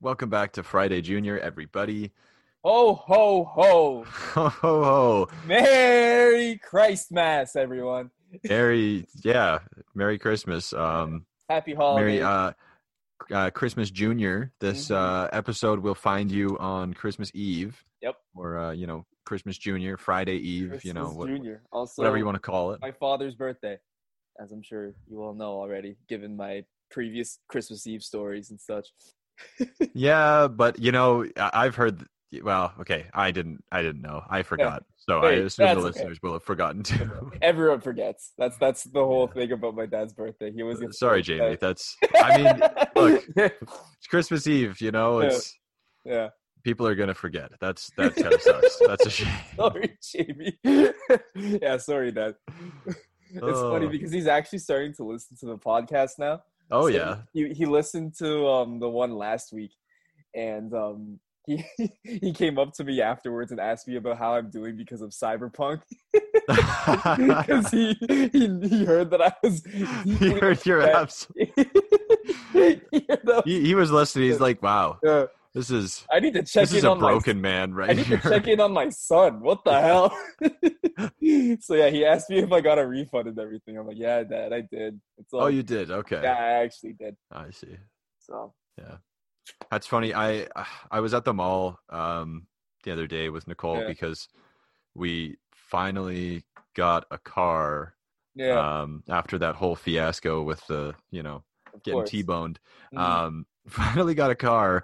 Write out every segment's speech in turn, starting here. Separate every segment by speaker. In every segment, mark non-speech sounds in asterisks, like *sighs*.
Speaker 1: Welcome back to Friday Junior, everybody. *laughs*
Speaker 2: Ho ho ho!
Speaker 1: Ho ho ho!
Speaker 2: Merry Christmas, everyone.
Speaker 1: Merry, yeah, Merry Christmas. Um,
Speaker 2: Happy
Speaker 1: Merry
Speaker 2: holidays.
Speaker 1: uh, uh, Christmas Junior. This
Speaker 2: Mhm.
Speaker 1: uh, episode will find you on Christmas Eve.
Speaker 2: Yep.
Speaker 1: Or uh, you know Christmas Junior, Friday Eve. you know
Speaker 2: Christmas
Speaker 1: what,
Speaker 2: Junior. Also,
Speaker 1: whatever you want to call it.
Speaker 2: My father's birthday, as I'm sure you all know already, given my previous Christmas Eve stories and such.
Speaker 1: yeah, but you know I- I've heard. Well, okay, I didn't. I didn't know. I forgot. So I
Speaker 2: Hey,
Speaker 1: assume the
Speaker 2: that's okay.
Speaker 1: listeners will have
Speaker 2: *laughs*
Speaker 1: forgotten too.
Speaker 2: Everyone forgets. That's that's the whole
Speaker 1: Yeah. Uh,
Speaker 2: thing about my dad's birthday. He always gets
Speaker 1: Sorry,
Speaker 2: so
Speaker 1: Jamie.
Speaker 2: upset.
Speaker 1: That's. I mean, it's Christmas Eve. You know,
Speaker 2: *laughs* Yeah.
Speaker 1: it's
Speaker 2: *laughs* yeah.
Speaker 1: people are gonna forget. That's that
Speaker 2: *laughs*
Speaker 1: kind of sucks. That's a shame.
Speaker 2: Sorry, Jamie. *laughs* yeah, sorry, Dad. *laughs* It's funny
Speaker 1: Oh.
Speaker 2: because he's actually starting to listen to the podcast now.
Speaker 1: *laughs* Oh
Speaker 2: So *laughs*
Speaker 1: yeah, *laughs*
Speaker 2: He he listened to um the one last week, and um he *laughs* he came up to me afterwards and asked me about how I'm doing because of Cyberpunk *laughs* because he, he he heard that I
Speaker 1: *laughs*
Speaker 2: was
Speaker 1: he heard your
Speaker 2: upset.
Speaker 1: abs.
Speaker 2: He *laughs* heard that-
Speaker 1: He, he was listening. He's like, wow,
Speaker 2: Yeah.
Speaker 1: this is
Speaker 2: I need to check
Speaker 1: this is
Speaker 2: in
Speaker 1: a
Speaker 2: on my
Speaker 1: broken man
Speaker 2: I
Speaker 1: right
Speaker 2: need to
Speaker 1: here.
Speaker 2: check in on my son. What the hell? *laughs* so yeah, he asked me if I got a refund and everything. I'm like, yeah, Dad, I did. It's
Speaker 1: *laughs*
Speaker 2: all
Speaker 1: oh, you did. Okay,
Speaker 2: yeah, I actually did.
Speaker 1: I see.
Speaker 2: So
Speaker 1: That's funny. I I was at the mall um the other day with Nicole
Speaker 2: Yeah.
Speaker 1: because we finally got a car
Speaker 2: yeah,
Speaker 1: um after that whole fiasco with the you know
Speaker 2: of
Speaker 1: getting
Speaker 2: course.
Speaker 1: t-boned
Speaker 2: Mhm.
Speaker 1: um *laughs* finally got a car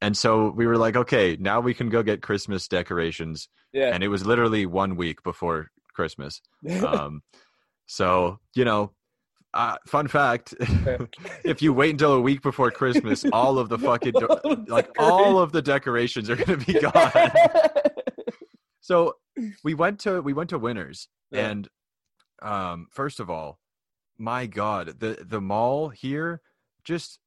Speaker 1: and so we were like okay now we can go get christmas decorations
Speaker 2: yeah.
Speaker 1: and it was literally one week before christmas um so you know uh, fun fact *laughs*
Speaker 2: *laughs*
Speaker 1: if you wait until a week before christmas all of the fucking do-
Speaker 2: All the
Speaker 1: like all
Speaker 2: *laughs*
Speaker 1: of the decorations are gonna be gone so we went to we went to winners
Speaker 2: Yeah.
Speaker 1: and um first of all my god the the mall here just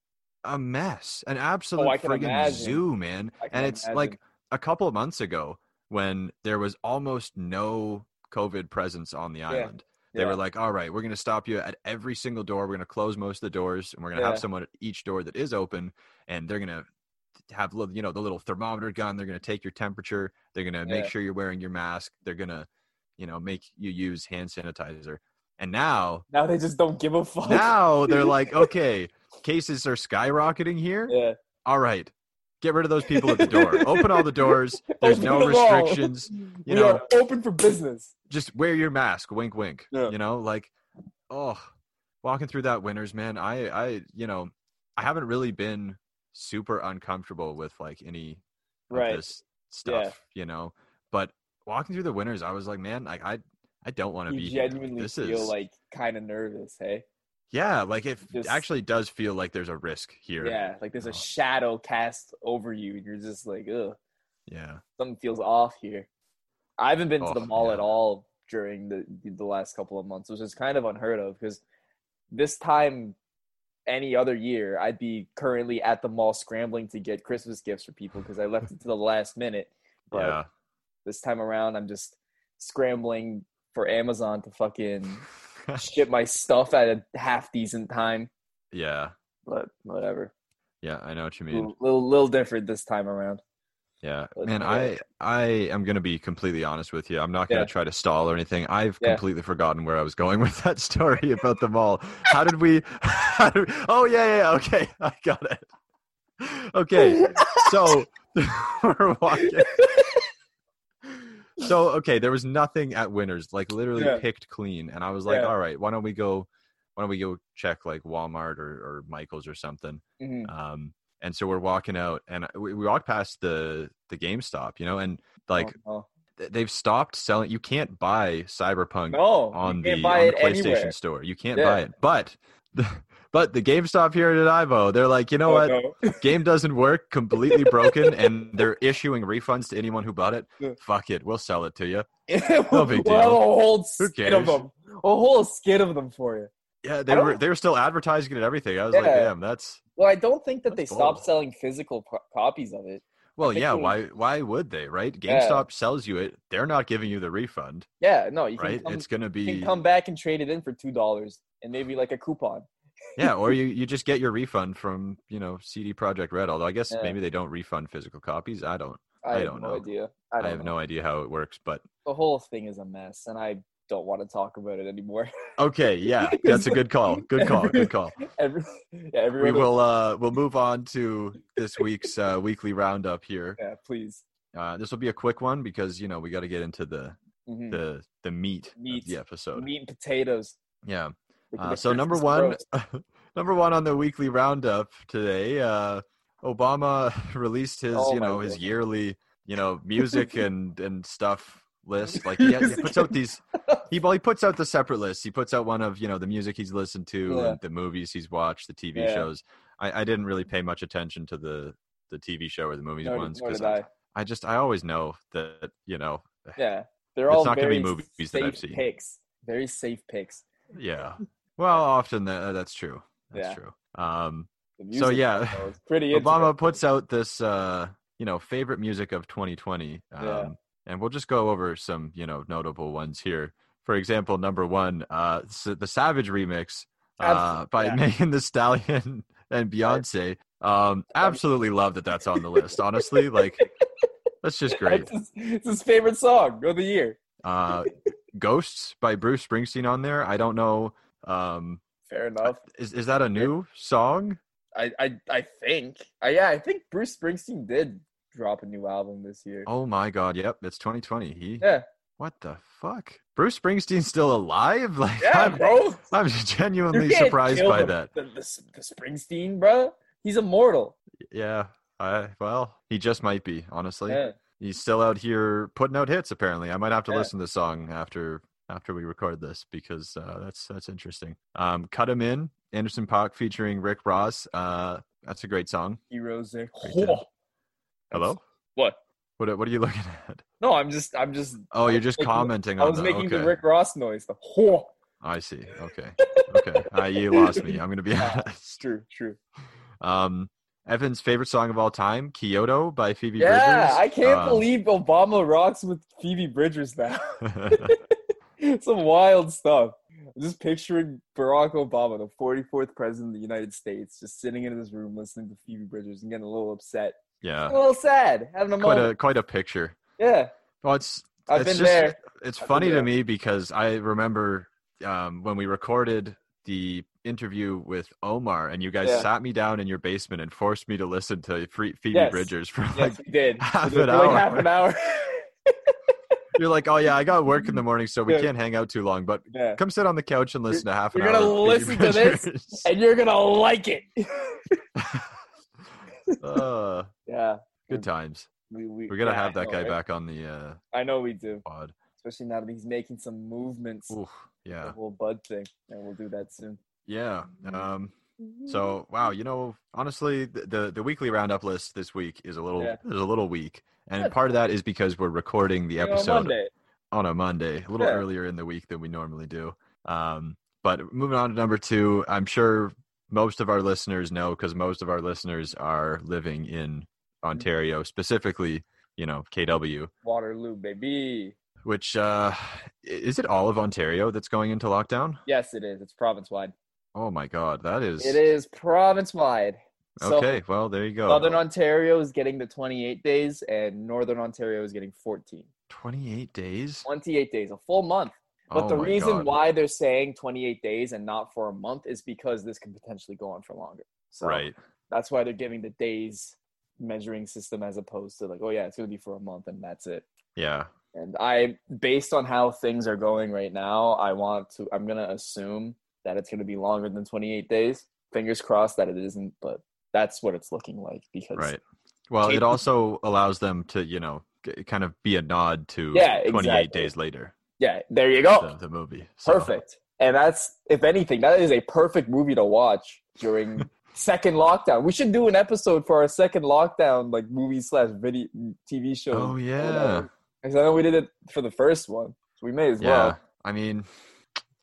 Speaker 1: a mess an absolute
Speaker 2: Oh, I can
Speaker 1: friggin'
Speaker 2: imagine.
Speaker 1: zoo man
Speaker 2: I can
Speaker 1: and it's like a couple of months ago when there was almost no covid presence on the island they
Speaker 2: Yeah.
Speaker 1: were like all right we're going to stop you at every single door we're going to close most of the doors and we're going to
Speaker 2: Yeah.
Speaker 1: have someone at each door that is open and they're going to have lit- you know the little thermometer gun they're going to take your temperature they're going to make
Speaker 2: Yeah.
Speaker 1: sure you're wearing your mask they're going to you know make you use hand sanitizer and
Speaker 2: *laughs*
Speaker 1: now
Speaker 2: now they just don't give a fuck.
Speaker 1: now they're like okay cases are skyrocketing here
Speaker 2: yeah.
Speaker 1: all right get rid of those people at the door open all the
Speaker 2: *laughs*
Speaker 1: doors there's
Speaker 2: Open
Speaker 1: no
Speaker 2: them all.
Speaker 1: restrictions
Speaker 2: we
Speaker 1: know-
Speaker 2: are open for business.
Speaker 1: just wear your mask wink wink
Speaker 2: Yeah.
Speaker 1: you know like oh walking through that winters man i i you know i haven't really been super uncomfortable with like any of
Speaker 2: Right.
Speaker 1: this stuff you know but walking through the winters i was like man like i i don't want to be
Speaker 2: You
Speaker 1: here.
Speaker 2: genuinely
Speaker 1: this
Speaker 2: feel
Speaker 1: is
Speaker 2: like kind of nervous, hey?
Speaker 1: yeah like it
Speaker 2: just-
Speaker 1: actually does feel like there's a risk here
Speaker 2: Yeah, like there's
Speaker 1: Oh.
Speaker 2: a shadow cast over you, and you're just like, ugh,
Speaker 1: yeah
Speaker 2: something feels off here. I haven't been to
Speaker 1: Oh,
Speaker 2: the mall
Speaker 1: yeah.
Speaker 2: at all during the the last couple of months, which is kind of unheard of because this time any other year I'd be currently at the mall scrambling to get Christmas gifts for people because I left it to the last minute. But
Speaker 1: yeah
Speaker 2: this time around I'm just scrambling for Amazon to fucking ship my stuff at a half decent time.
Speaker 1: *laughs* yeah
Speaker 2: But whatever.
Speaker 1: yeah i know what you mean
Speaker 2: Little, little little different this time around.
Speaker 1: Yeah,
Speaker 2: But,
Speaker 1: man,
Speaker 2: yeah.
Speaker 1: I I am gonna be completely honest with you. I'm not gonna
Speaker 2: Yeah.
Speaker 1: try to stall or anything. I've
Speaker 2: Yeah.
Speaker 1: completely forgotten where I was going *laughs* with that story about the mall. How did we? *laughs* How did, oh yeah, yeah, yeah, okay, *laughs* I got it. Okay,
Speaker 2: *laughs*
Speaker 1: so *laughs* we're walking. So okay, there was nothing at Winners, like literally
Speaker 2: Yeah.
Speaker 1: picked clean, and I was like,
Speaker 2: Yeah.
Speaker 1: all right, why don't we go? Why don't we go check like Walmart or, or Michaels or something?
Speaker 2: Mhm.
Speaker 1: um and so we're walking out and we, we walked past the the GameStop, you know, and like
Speaker 2: Oh,
Speaker 1: th- they've stopped selling. You can't buy Cyberpunk
Speaker 2: no, No, you
Speaker 1: on, the,
Speaker 2: can't
Speaker 1: on
Speaker 2: buy
Speaker 1: the
Speaker 2: it
Speaker 1: PlayStation
Speaker 2: anywhere.
Speaker 1: store. You can't
Speaker 2: Yeah.
Speaker 1: buy it. But *laughs* the, but the GameStop here in Ivo, they're like, you know
Speaker 2: Oh,
Speaker 1: what?
Speaker 2: *laughs* no.
Speaker 1: Game doesn't work, completely broken, and they're issuing refunds to anyone who bought it.
Speaker 2: *laughs* Yeah.
Speaker 1: Fuck it, we'll sell it to you.
Speaker 2: well,
Speaker 1: big
Speaker 2: A
Speaker 1: deal.
Speaker 2: whole
Speaker 1: Who
Speaker 2: skid of
Speaker 1: cares?
Speaker 2: them. A whole skid of them for you.
Speaker 1: Yeah, they
Speaker 2: I don't-
Speaker 1: were they were still advertising and everything. I was like,
Speaker 2: Oh. Yeah.
Speaker 1: damn, that's
Speaker 2: Well, I don't think that
Speaker 1: That's
Speaker 2: they
Speaker 1: bold.
Speaker 2: stopped selling physical pro- copies of it.
Speaker 1: well,
Speaker 2: think
Speaker 1: yeah.
Speaker 2: it was-
Speaker 1: Why why would they? Right?
Speaker 2: Yeah.
Speaker 1: GameStop sells you it. They're not giving you the refund.
Speaker 2: Yeah, no, you can,
Speaker 1: Right?
Speaker 2: come,
Speaker 1: it's gonna
Speaker 2: you
Speaker 1: be
Speaker 2: can come back and trade it in for two dollars and maybe like a coupon.
Speaker 1: yeah, or you, you just get your refund from you know CD Project Red. Although I guess
Speaker 2: Yeah.
Speaker 1: maybe they don't refund physical copies. I don't. I
Speaker 2: have
Speaker 1: don't
Speaker 2: no
Speaker 1: know.
Speaker 2: idea.
Speaker 1: I,
Speaker 2: I, don't
Speaker 1: have
Speaker 2: know.
Speaker 1: no idea how it works. But
Speaker 2: The whole thing is a mess, and I don't want to talk about it anymore. *laughs*
Speaker 1: okay, yeah, that's a good call. Good call. Good call.
Speaker 2: Every, yeah,
Speaker 1: We
Speaker 2: everyone,
Speaker 1: will uh we'll move on to this week's uh, weekly roundup here.
Speaker 2: *laughs* yeah, please.
Speaker 1: Uh, this will be a quick one because you know we got to get into the
Speaker 2: Mhm.
Speaker 1: the the meat,
Speaker 2: Meat.
Speaker 1: of the episode.
Speaker 2: Meat and potatoes.
Speaker 1: Yeah.
Speaker 2: The-
Speaker 1: Uh,
Speaker 2: the
Speaker 1: so number
Speaker 2: Christmas
Speaker 1: one,
Speaker 2: roast.
Speaker 1: *laughs* number one on the weekly roundup today. Uh, Obama *laughs* released his,
Speaker 2: Oh
Speaker 1: you
Speaker 2: my
Speaker 1: know, his
Speaker 2: goodness.
Speaker 1: yearly, you
Speaker 2: *laughs*
Speaker 1: know, music and and stuff list. Like he, has, he
Speaker 2: Music
Speaker 1: puts out these. He well, he puts out the separate lists. He puts out one of you know the music he's listened to,
Speaker 2: Yeah.
Speaker 1: and the movies he's watched, the TV
Speaker 2: Yeah.
Speaker 1: shows. I, I didn't really pay much attention to the the TV show or the movies
Speaker 2: Nor did-
Speaker 1: ones
Speaker 2: nor did
Speaker 1: I,
Speaker 2: I.
Speaker 1: I just I always know that you know
Speaker 2: Yeah, they're
Speaker 1: It's
Speaker 2: all
Speaker 1: not gonna
Speaker 2: very
Speaker 1: be movies that I've
Speaker 2: safe
Speaker 1: seen.
Speaker 2: Picks, very safe picks.
Speaker 1: yeah. Well, often that, that's true. That's
Speaker 2: Yeah.
Speaker 1: true. Um,
Speaker 2: The
Speaker 1: So, yeah,
Speaker 2: though, it's pretty.
Speaker 1: Obama
Speaker 2: intimate.
Speaker 1: puts out this, uh, you know, favorite music of 2020, um,
Speaker 2: Yeah.
Speaker 1: and we'll just go over some, you know, notable ones here. For example, number one, uh, s the Savage remix uh,
Speaker 2: Absolutely,
Speaker 1: by
Speaker 2: yeah.
Speaker 1: Megan The Stallion *laughs* and Beyonce. Um, absolutely love that that's on the list. Honestly, like that's just great.
Speaker 2: That's his- *laughs* it's his favorite song of the year.
Speaker 1: Uh, Ghosts by Bruce Springsteen on there. I don't know. Um,
Speaker 2: Fair enough.
Speaker 1: is is that a new song?
Speaker 2: I, I, I think. I, yeah, I think Bruce Springsteen did drop a new album this year.
Speaker 1: Oh my god, yep, it's 2020. He
Speaker 2: Yeah,
Speaker 1: What the fuck? Bruce Springsteen's still alive? *laughs* Like
Speaker 2: yeah,
Speaker 1: I'm,
Speaker 2: bro.
Speaker 1: I'm
Speaker 2: You
Speaker 1: genuinely
Speaker 2: can't
Speaker 1: surprised
Speaker 2: kill
Speaker 1: by
Speaker 2: the-
Speaker 1: that.
Speaker 2: The, the, the Springsteen, bro. He's immortal.
Speaker 1: Yeah. I well, he just might be, honestly.
Speaker 2: Yeah.
Speaker 1: He's still out here putting out hits apparently. I might have to
Speaker 2: Yeah.
Speaker 1: listen to the song after after we record this because uh, that's that's interesting. Um Cut Him In, Anderson Park featuring Rick Ross. Uh that's a great song.
Speaker 2: Heroes there.
Speaker 1: Great job.
Speaker 2: Whoa.
Speaker 1: Hello?
Speaker 2: What?
Speaker 1: What are- what are you *laughs* looking at?
Speaker 2: No, I'm just, I'm just.
Speaker 1: Oh,
Speaker 2: I
Speaker 1: you're
Speaker 2: was
Speaker 1: just
Speaker 2: making-
Speaker 1: commenting
Speaker 2: I
Speaker 1: on
Speaker 2: was
Speaker 1: the-
Speaker 2: making
Speaker 1: okay.
Speaker 2: the Rick Ross noise. The whoa.
Speaker 1: I see. Okay. Okay. Uh, you lost me. I'm gonna be *laughs*
Speaker 2: Yeah.
Speaker 1: honest.
Speaker 2: True, true.
Speaker 1: Um, Evan's favorite song of all time, "Kyoto" by Phoebe
Speaker 2: yeah,
Speaker 1: Bridgers.
Speaker 2: I can't
Speaker 1: Um,
Speaker 2: believe Obama rocks with Phoebe Bridgers now. *laughs* Some wild stuff. I'm just picturing Barack Obama, the 44th president of the United States, just sitting in his room listening to Phoebe Bridgers and getting a little upset, a
Speaker 1: *laughs* yeah,
Speaker 2: little sad, having a
Speaker 1: Uh, quite
Speaker 2: moment.
Speaker 1: a quite a picture.
Speaker 2: yeah,
Speaker 1: Well, it's
Speaker 2: I've
Speaker 1: it's
Speaker 2: been
Speaker 1: just-
Speaker 2: there.
Speaker 1: it's
Speaker 2: I've been
Speaker 1: funny to
Speaker 2: there.
Speaker 1: me because I remember um, when we recorded the interview with Omar, and you guys
Speaker 2: Yeah.
Speaker 1: sat me down in your basement and forced me to listen to Phoe- Phoebe
Speaker 2: Yes.
Speaker 1: Bridgers for like.
Speaker 2: Yes, we
Speaker 1: *laughs*
Speaker 2: did.
Speaker 1: half
Speaker 2: We did
Speaker 1: an
Speaker 2: for like
Speaker 1: hour.
Speaker 2: half an hour. *laughs*
Speaker 1: You're like, oh yeah, I got work in the morning, so we
Speaker 2: Yeah.
Speaker 1: can't hang out too long. But
Speaker 2: yeah.
Speaker 1: come sit on the couch and listen to half an
Speaker 2: you're
Speaker 1: hour.
Speaker 2: gonna
Speaker 1: of Phoebe
Speaker 2: listen to this?
Speaker 1: Bridgers."
Speaker 2: And you're going to like it.
Speaker 1: *laughs*
Speaker 2: *laughs*
Speaker 1: Uh,
Speaker 2: yeah.
Speaker 1: good times.
Speaker 2: We, we,
Speaker 1: We're gonna
Speaker 2: yeah,
Speaker 1: have
Speaker 2: I
Speaker 1: that
Speaker 2: know,
Speaker 1: guy
Speaker 2: right?
Speaker 1: back on the uh,
Speaker 2: I know we do,
Speaker 1: pod.
Speaker 2: especially now that he's making some movements.
Speaker 1: Oof,
Speaker 2: The
Speaker 1: yeah,
Speaker 2: whole bud thing, and we'll do that soon.
Speaker 1: yeah.
Speaker 2: Mm-hmm.
Speaker 1: Um, so wow, you know, honestly, the the, the weekly roundup list this week is a little
Speaker 2: Yeah.
Speaker 1: is a little weak, and
Speaker 2: Yeah.
Speaker 1: part of that is because we're recording the
Speaker 2: You know,
Speaker 1: episode
Speaker 2: Monday.
Speaker 1: on a Monday, a little
Speaker 2: Yeah.
Speaker 1: earlier in the week than we normally do. Um, but moving on to number two, I'm sure most of our listeners know because most of our listeners are living in
Speaker 2: Mm-hmm.
Speaker 1: Ontario, specifically, you know, KW.
Speaker 2: Waterloo, baby.
Speaker 1: Which uh, i- is it? All of Ontario that's going into lockdown?
Speaker 2: Yes, it is. It's province wide.
Speaker 1: Oh my God, that is
Speaker 2: It is province wide. So
Speaker 1: Okay, Oh. well there you go.
Speaker 2: Southern Ontario is getting the 28 days, and Northern Ontario is getting 14.
Speaker 1: 28 days.
Speaker 2: 28 days, a full month. But
Speaker 1: Oh
Speaker 2: the
Speaker 1: my
Speaker 2: reason
Speaker 1: God.
Speaker 2: why they're saying 28 days and not for a month is because this could potentially go on for longer. So
Speaker 1: Right.
Speaker 2: that's why they're giving the days measuring system as opposed to like, oh yeah, it's going to be for a month and that's it.
Speaker 1: Yeah.
Speaker 2: And I, based on how things are going right now, I want to, I'm going to assume that it's going to be longer than 28 days. Fingers crossed that it isn't, but that's what it's looking like because,
Speaker 1: Right. Well, it
Speaker 2: Cape-
Speaker 1: also allows them to, you know, g- kind of be a nod to
Speaker 2: Yeah,
Speaker 1: 28
Speaker 2: exactly.
Speaker 1: days later,
Speaker 2: yeah, there you go.
Speaker 1: the, the movie. So,
Speaker 2: Oh. perfect. And that's, if anything, that is a perfect movie to watch
Speaker 1: *laughs*
Speaker 2: during second lockdown. We should do an episode for our second lockdown, like movie slash video TV show.
Speaker 1: Oh yeah.
Speaker 2: Because I know we did it for the first one. So we may as
Speaker 1: Yeah.
Speaker 2: well.
Speaker 1: I mean,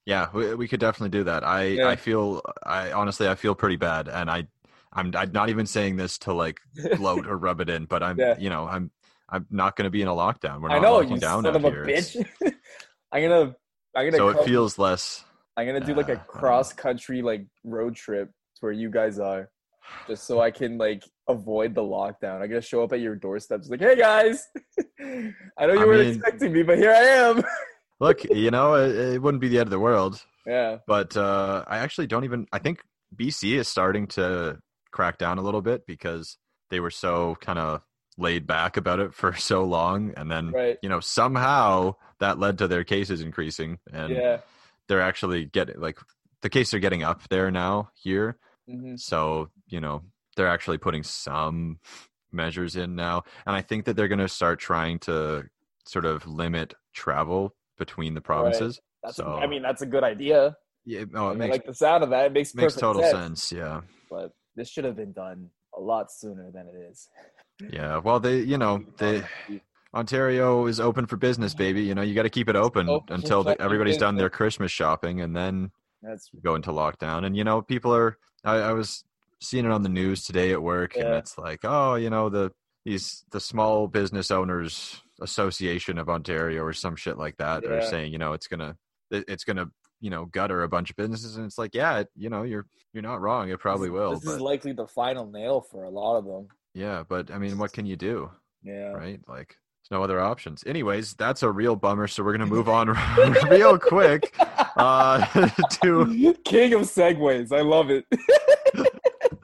Speaker 1: yeah, we, we could definitely do that. I
Speaker 2: Yeah.
Speaker 1: I feel I honestly I feel pretty bad and I I'm I'm not even saying this to like
Speaker 2: *laughs*
Speaker 1: gloat or rub it in, but I'm
Speaker 2: Yeah.
Speaker 1: you know, I'm I'm not going to be in a lockdown. We're not
Speaker 2: I know
Speaker 1: locking
Speaker 2: you
Speaker 1: down
Speaker 2: *laughs* son
Speaker 1: out
Speaker 2: of a
Speaker 1: here. It's-
Speaker 2: bitch. I'm gonna, I'm gonna.
Speaker 1: So
Speaker 2: come-
Speaker 1: it feels less
Speaker 2: I'm gonna do like a
Speaker 1: Uh,
Speaker 2: cross country like road trip to where you guys are, just so I can like avoid the lockdown. I'm gonna show up at your doorsteps like, hey guys, *laughs* I know you
Speaker 1: I
Speaker 2: weren't
Speaker 1: mean-
Speaker 2: expecting me, but here I am. *laughs*
Speaker 1: Look, you know, it, it wouldn't be the end of the world,
Speaker 2: yeah,
Speaker 1: but uh, I actually don't even. I think BC is starting to crack down a little bit because they were so kind of laid back about it for *laughs* so long, and then
Speaker 2: right.
Speaker 1: you know somehow that led to their cases increasing, and
Speaker 2: Yeah.
Speaker 1: they're actually getting like the cases are getting up there now here,
Speaker 2: hmm
Speaker 1: so you know they're actually putting some measures in now, and I think that they're going to start trying to sort of limit travel between the provinces.
Speaker 2: That's.
Speaker 1: So-
Speaker 2: I mean, that's a good idea.
Speaker 1: Yeah, no,
Speaker 2: I
Speaker 1: it
Speaker 2: mean, I
Speaker 1: makes
Speaker 2: like the sound of that. It makes
Speaker 1: makes
Speaker 2: perfect
Speaker 1: total
Speaker 2: sense.
Speaker 1: sense. Yeah,
Speaker 2: But this should have been done a lot sooner than it is.
Speaker 1: yeah. Well, they, you know, they Ontario is open for business, baby. You know, you got to keep it open
Speaker 2: open
Speaker 1: until
Speaker 2: for
Speaker 1: the, everybody's done
Speaker 2: business.
Speaker 1: their Christmas shopping, and then
Speaker 2: That's
Speaker 1: go into lockdown. And you know, people are. I, I was seeing it on the news today at work, and
Speaker 2: Yeah.
Speaker 1: it's like, oh, you know, the these the small business owners association of Ontario or some shit like that are
Speaker 2: Yeah.
Speaker 1: saying, you know, it's gonna it- it's gonna you know gutter a bunch of businesses, and it's like, yeah, it, you know, you're you're not wrong. It probably
Speaker 2: this,
Speaker 1: will.
Speaker 2: This
Speaker 1: but,
Speaker 2: is likely the final nail for a lot of them.
Speaker 1: Yeah, but I mean, what can you do,
Speaker 2: Yeah.
Speaker 1: right? Like, there's no other options. Anyways, that's a real bummer. So we're gonna move on
Speaker 2: *laughs*
Speaker 1: *laughs* real quick uh, *laughs* to
Speaker 2: *laughs* King of segways. I love it.
Speaker 1: *laughs*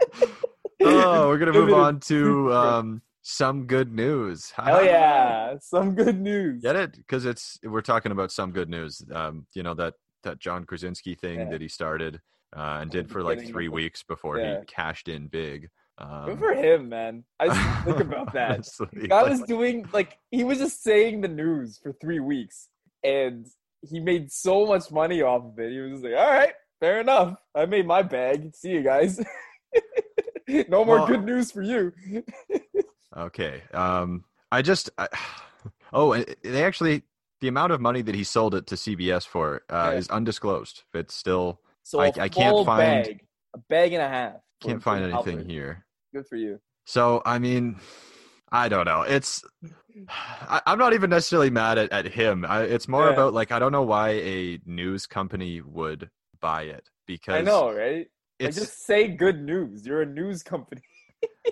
Speaker 1: oh, we're gonna move
Speaker 2: Pivoted.
Speaker 1: on to um, some good news.
Speaker 2: *laughs* Hell yeah. Some good news.
Speaker 1: Get it? Because it's we're talking about some good news. Um, you know that that John Krasinski thing
Speaker 2: Yeah.
Speaker 1: that he started uh, and did for
Speaker 2: Beginning
Speaker 1: like
Speaker 2: of
Speaker 1: three
Speaker 2: the-
Speaker 1: weeks before
Speaker 2: Yeah.
Speaker 1: he cashed in big. Um,
Speaker 2: Good for him, man. I
Speaker 1: *laughs*
Speaker 2: just think about that.
Speaker 1: honestly,
Speaker 2: Guy
Speaker 1: like-
Speaker 2: was doing like he was just saying the news for three weeks and he made so much money off of it. He was just like, All right, fair enough. I made my bag. See you guys. *laughs* no more
Speaker 1: Well-
Speaker 2: good news for you.
Speaker 1: Okay. Um, I just I, *sighs* oh, and they actually the amount of money that he sold it to CBS for uh,
Speaker 2: Yeah.
Speaker 1: is undisclosed. It's still
Speaker 2: So
Speaker 1: I-
Speaker 2: I
Speaker 1: I can't find-
Speaker 2: bag, a bag and a half. for-
Speaker 1: can't
Speaker 2: for
Speaker 1: find anything
Speaker 2: Albert.
Speaker 1: here.
Speaker 2: Good for you.
Speaker 1: So I mean, I don't know. It's I, I'm not even necessarily mad at, at him. I, it's more
Speaker 2: Yeah.
Speaker 1: about like I don't know why a news company would buy it because
Speaker 2: I know, right? Like,
Speaker 1: it's
Speaker 2: just *laughs* say good news. You're a news company.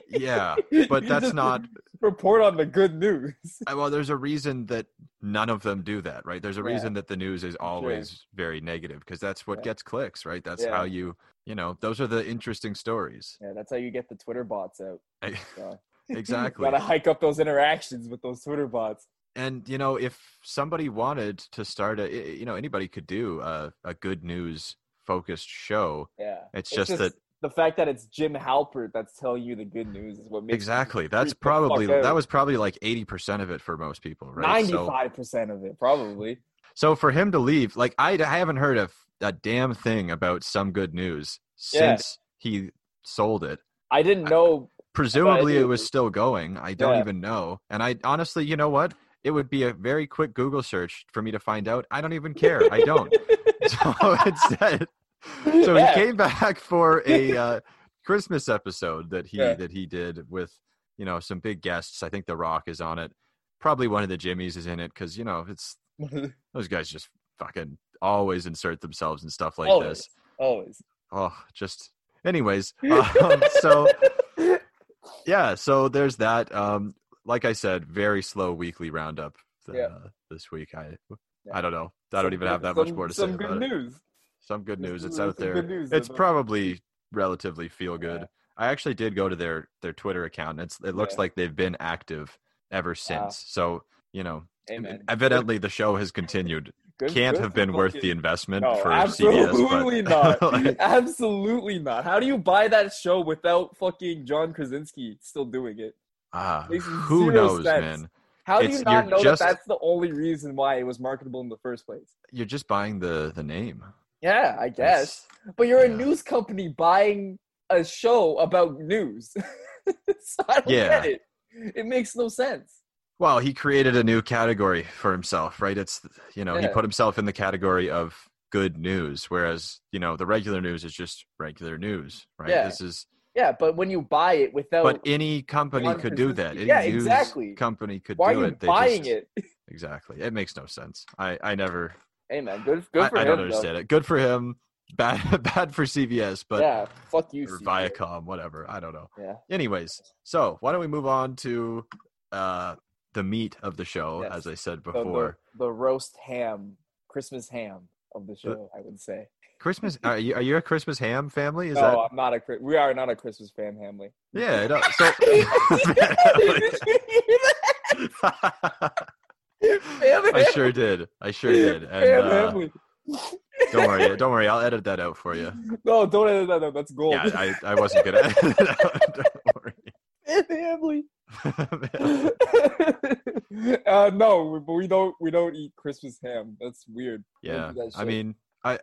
Speaker 1: yeah.
Speaker 2: *laughs* You
Speaker 1: But that's
Speaker 2: just
Speaker 1: not
Speaker 2: report on the good news. *laughs*
Speaker 1: Uh, well there's a reason that none of them do that right there's a
Speaker 2: Yeah.
Speaker 1: reason that the news is always very negative because that's what
Speaker 2: Yeah.
Speaker 1: gets clicks right that's
Speaker 2: Yeah.
Speaker 1: how you you know those are the interesting stories *laughs*
Speaker 2: Yeah, that's how you get the Twitter bots out.
Speaker 1: I-
Speaker 2: *laughs* So.
Speaker 1: Exactly.
Speaker 2: Gotta hike up those interactions with those Twitter bots.
Speaker 1: and you know if somebody wanted to start a i- you know anybody could do a, a good news focused show
Speaker 2: Yeah.
Speaker 1: it's, just, that
Speaker 2: the fact that it's Jim Halpert that's telling you the good news is what makes you
Speaker 1: exactly
Speaker 2: freak
Speaker 1: that's
Speaker 2: the fuck
Speaker 1: probably
Speaker 2: out.
Speaker 1: that was probably like 80% of it for most people right So-
Speaker 2: 95% of it probably.
Speaker 1: So for him to leave, like I, I haven't heard a, a damn thing about some good news
Speaker 2: Yeah.
Speaker 1: since he sold it.
Speaker 2: I didn't
Speaker 1: I- *laughs*
Speaker 2: know
Speaker 1: Presumably it
Speaker 2: do.
Speaker 1: was still going. I don't
Speaker 2: Yeah.
Speaker 1: even know. And I honestly, you know what? It would be a very quick Google search for me to find out. I don't even care. I
Speaker 2: *laughs*
Speaker 1: don't. *laughs* so instead, so
Speaker 2: Yeah.
Speaker 1: he came back for
Speaker 2: *laughs*
Speaker 1: a uh, Christmas episode that he
Speaker 2: Yeah.
Speaker 1: that he did with you know some big guests. I think The Rock is on it. Probably one of the Jimmys is in it because you know it's those guys just fucking always insert themselves and stuff like
Speaker 2: Always.
Speaker 1: this.
Speaker 2: always.
Speaker 1: Oh, just anyways.
Speaker 2: *laughs*
Speaker 1: Um, so yeah, so there's that. Um, like I said, very slow weekly roundup uh,
Speaker 2: Yeah.
Speaker 1: this week. I
Speaker 2: Yeah.
Speaker 1: I don't know. I don't
Speaker 2: Some
Speaker 1: even have
Speaker 2: good-
Speaker 1: that much
Speaker 2: some-
Speaker 1: more to
Speaker 2: some
Speaker 1: say
Speaker 2: good
Speaker 1: about it.
Speaker 2: news.
Speaker 1: Some good
Speaker 2: There's
Speaker 1: news. It's
Speaker 2: some-
Speaker 1: out
Speaker 2: some
Speaker 1: there.
Speaker 2: good news
Speaker 1: It's
Speaker 2: about-
Speaker 1: probably relatively feel good.
Speaker 2: Yeah.
Speaker 1: I actually did go to their their Twitter account. And it's it looks
Speaker 2: Yeah.
Speaker 1: like they've been active ever since. So you know,
Speaker 2: Amen.
Speaker 1: evidently the show has continued
Speaker 2: Good-
Speaker 1: can't
Speaker 2: good
Speaker 1: have been worth
Speaker 2: fucking-
Speaker 1: the investment
Speaker 2: No,
Speaker 1: for *laughs*
Speaker 2: absolutely
Speaker 1: CBS.
Speaker 2: not.
Speaker 1: But, like,
Speaker 2: absolutely not. How do you buy that show without fucking John Krasinski still doing it?
Speaker 1: ah,
Speaker 2: Makes zero
Speaker 1: who knows,
Speaker 2: sense.
Speaker 1: man?
Speaker 2: How do
Speaker 1: It's-
Speaker 2: you not
Speaker 1: you're
Speaker 2: know
Speaker 1: just-
Speaker 2: that that's the only reason why it was marketable in the first place?
Speaker 1: You're just buying the the name.
Speaker 2: Yeah, I guess.
Speaker 1: That's-
Speaker 2: But you're
Speaker 1: yeah.
Speaker 2: a news company buying a show about news. *laughs* so I don't
Speaker 1: Yeah.
Speaker 2: get it. It makes no sense.
Speaker 1: Well, he created a new category for himself, right? It's you know he
Speaker 2: Yeah.
Speaker 1: put himself in the category of good news, whereas you know the regular news is just regular news, right?
Speaker 2: Yeah.
Speaker 1: This is
Speaker 2: Yeah, but when you buy it without
Speaker 1: but any company
Speaker 2: John
Speaker 1: could do that.
Speaker 2: Krasinski.
Speaker 1: Any
Speaker 2: Yeah,
Speaker 1: news
Speaker 2: exactly.
Speaker 1: Company could
Speaker 2: why are
Speaker 1: do
Speaker 2: you
Speaker 1: it. They
Speaker 2: buying
Speaker 1: just-
Speaker 2: it?
Speaker 1: Exactly. It makes no sense. I I never
Speaker 2: Hey man, good good
Speaker 1: I,
Speaker 2: for
Speaker 1: I
Speaker 2: him.
Speaker 1: don't
Speaker 2: though.
Speaker 1: understand it. Good for him. Bad *laughs* bad for CVS, but
Speaker 2: yeah, fuck you,
Speaker 1: or
Speaker 2: CJ.
Speaker 1: Viacom, whatever. I don't know.
Speaker 2: Yeah.
Speaker 1: Anyways, so why don't we move on to uh, the meat of the show,
Speaker 2: Yes.
Speaker 1: as I said
Speaker 2: The- the-
Speaker 1: before.
Speaker 2: the, roast ham, Christmas ham of the show, I would say.
Speaker 1: Christmas are you are you a Christmas ham family? Is
Speaker 2: no, I'm not a. Chri- We are not a Christmas fan,
Speaker 1: *laughs*
Speaker 2: Hamley.
Speaker 1: that yeah, I don't- so
Speaker 2: *laughs*
Speaker 1: I sure did. I sure did. And uh, don't worry, don't worry, I'll edit that out for you.
Speaker 2: No, don't edit that. out. That's gold.
Speaker 1: Yeah, I, I wasn't gonna *laughs* edit it out. Don't
Speaker 2: *laughs* Fan Hamley. *laughs*
Speaker 1: worry.
Speaker 2: uh, no, we- but we don't. We don't eat Christmas ham. That's
Speaker 1: *laughs*
Speaker 2: weird. We
Speaker 1: Yeah,
Speaker 2: don't do that
Speaker 1: I
Speaker 2: shit.
Speaker 1: mean, I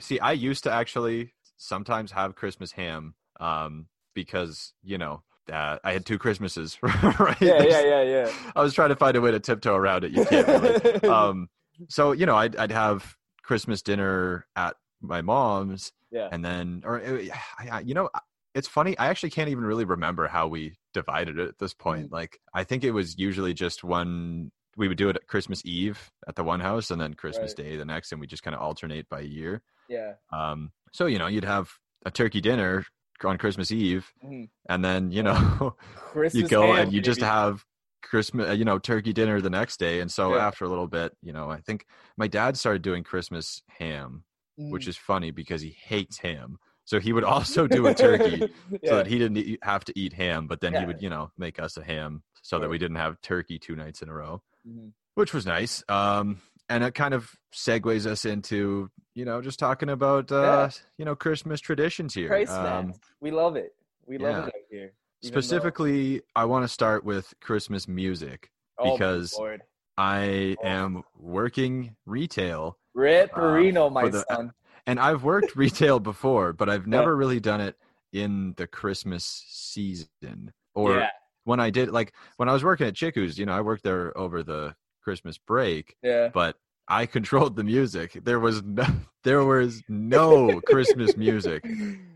Speaker 1: see. I used to actually sometimes have Christmas ham, um, because you know uh, I had two Christmases, *laughs* right?
Speaker 2: yeah, yeah,
Speaker 1: There's-
Speaker 2: yeah, yeah.
Speaker 1: I was trying to find a way to tiptoe around it. You
Speaker 2: *laughs*
Speaker 1: can't. Really. um, so you know, I'd I'd have Christmas dinner at my mom's,
Speaker 2: yeah.
Speaker 1: and then or uh, I- I- you know. I- It's funny. I actually can't even really remember how we divided it at this
Speaker 2: Mm.
Speaker 1: point. Like, I think it was usually just one. We would do it at Christmas Eve at the one house, and then Christmas
Speaker 2: Right.
Speaker 1: Day the next, and we just kind of alternate by year.
Speaker 2: Yeah.
Speaker 1: Um, so you know, you'd have a turkey dinner on Christmas Eve,
Speaker 2: Mhm.
Speaker 1: and then you know,
Speaker 2: Christmas.
Speaker 1: you go
Speaker 2: ham,
Speaker 1: and you just
Speaker 2: baby.
Speaker 1: have Christmas, uh, you know, turkey dinner the next day. And so
Speaker 2: Yeah.
Speaker 1: after a little bit, you know, I think my dad started doing Christmas ham,
Speaker 2: Mm.
Speaker 1: which is funny because he hates ham. So he would also do a turkey
Speaker 2: *laughs* yeah.
Speaker 1: so that he didn't eat, have to eat ham, but then he
Speaker 2: Yeah.
Speaker 1: would, you know, make us a ham so that we
Speaker 2: Right.
Speaker 1: didn't have turkey two nights in a row
Speaker 2: Mhm.
Speaker 1: which was nice. Um, and it kind of segues us into you know just talking about uh, you know Christmas traditions here.
Speaker 2: Christmas.
Speaker 1: Um,
Speaker 2: we love it. We love
Speaker 1: yeah.
Speaker 2: it out here. even though-
Speaker 1: specifically, I want to start with Christmas music.
Speaker 2: Oh, my
Speaker 1: because-
Speaker 2: Lord.
Speaker 1: I
Speaker 2: Oh.
Speaker 1: am working retail,
Speaker 2: Rip
Speaker 1: uh,
Speaker 2: Perino, my
Speaker 1: for the-
Speaker 2: son.
Speaker 1: and I've worked
Speaker 2: *laughs*
Speaker 1: retail before, but I've never really done it in the Christmas season or
Speaker 2: yeah,
Speaker 1: when I did like when I was working at Chiku's. You know, I worked there over the Christmas break,
Speaker 2: yeah.
Speaker 1: but I *laughs* controlled the music. There was no, *laughs* there was no Christmas music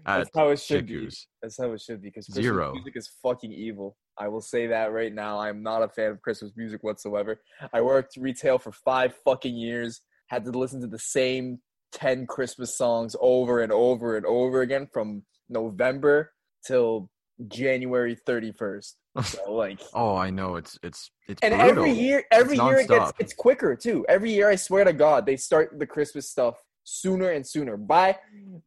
Speaker 1: at
Speaker 2: *laughs* That's how it should be.
Speaker 1: Chiku's.
Speaker 2: That's how it should be. Because Christmas
Speaker 1: Zero.
Speaker 2: music is fucking evil. I will say that right now. I'm not a fan of Christmas music whatsoever. I worked retail for five fucking years. Had to listen to the same ten Christmas songs over and over and over again from November till January
Speaker 1: *laughs*
Speaker 2: 31st. So like.
Speaker 1: Oh, I know it's it's it's
Speaker 2: And
Speaker 1: brutal.
Speaker 2: every year, every
Speaker 1: It's
Speaker 2: year it gets
Speaker 1: nonstop.
Speaker 2: it's quicker too. Every year, I swear to God, they start the Christmas stuff sooner and sooner. By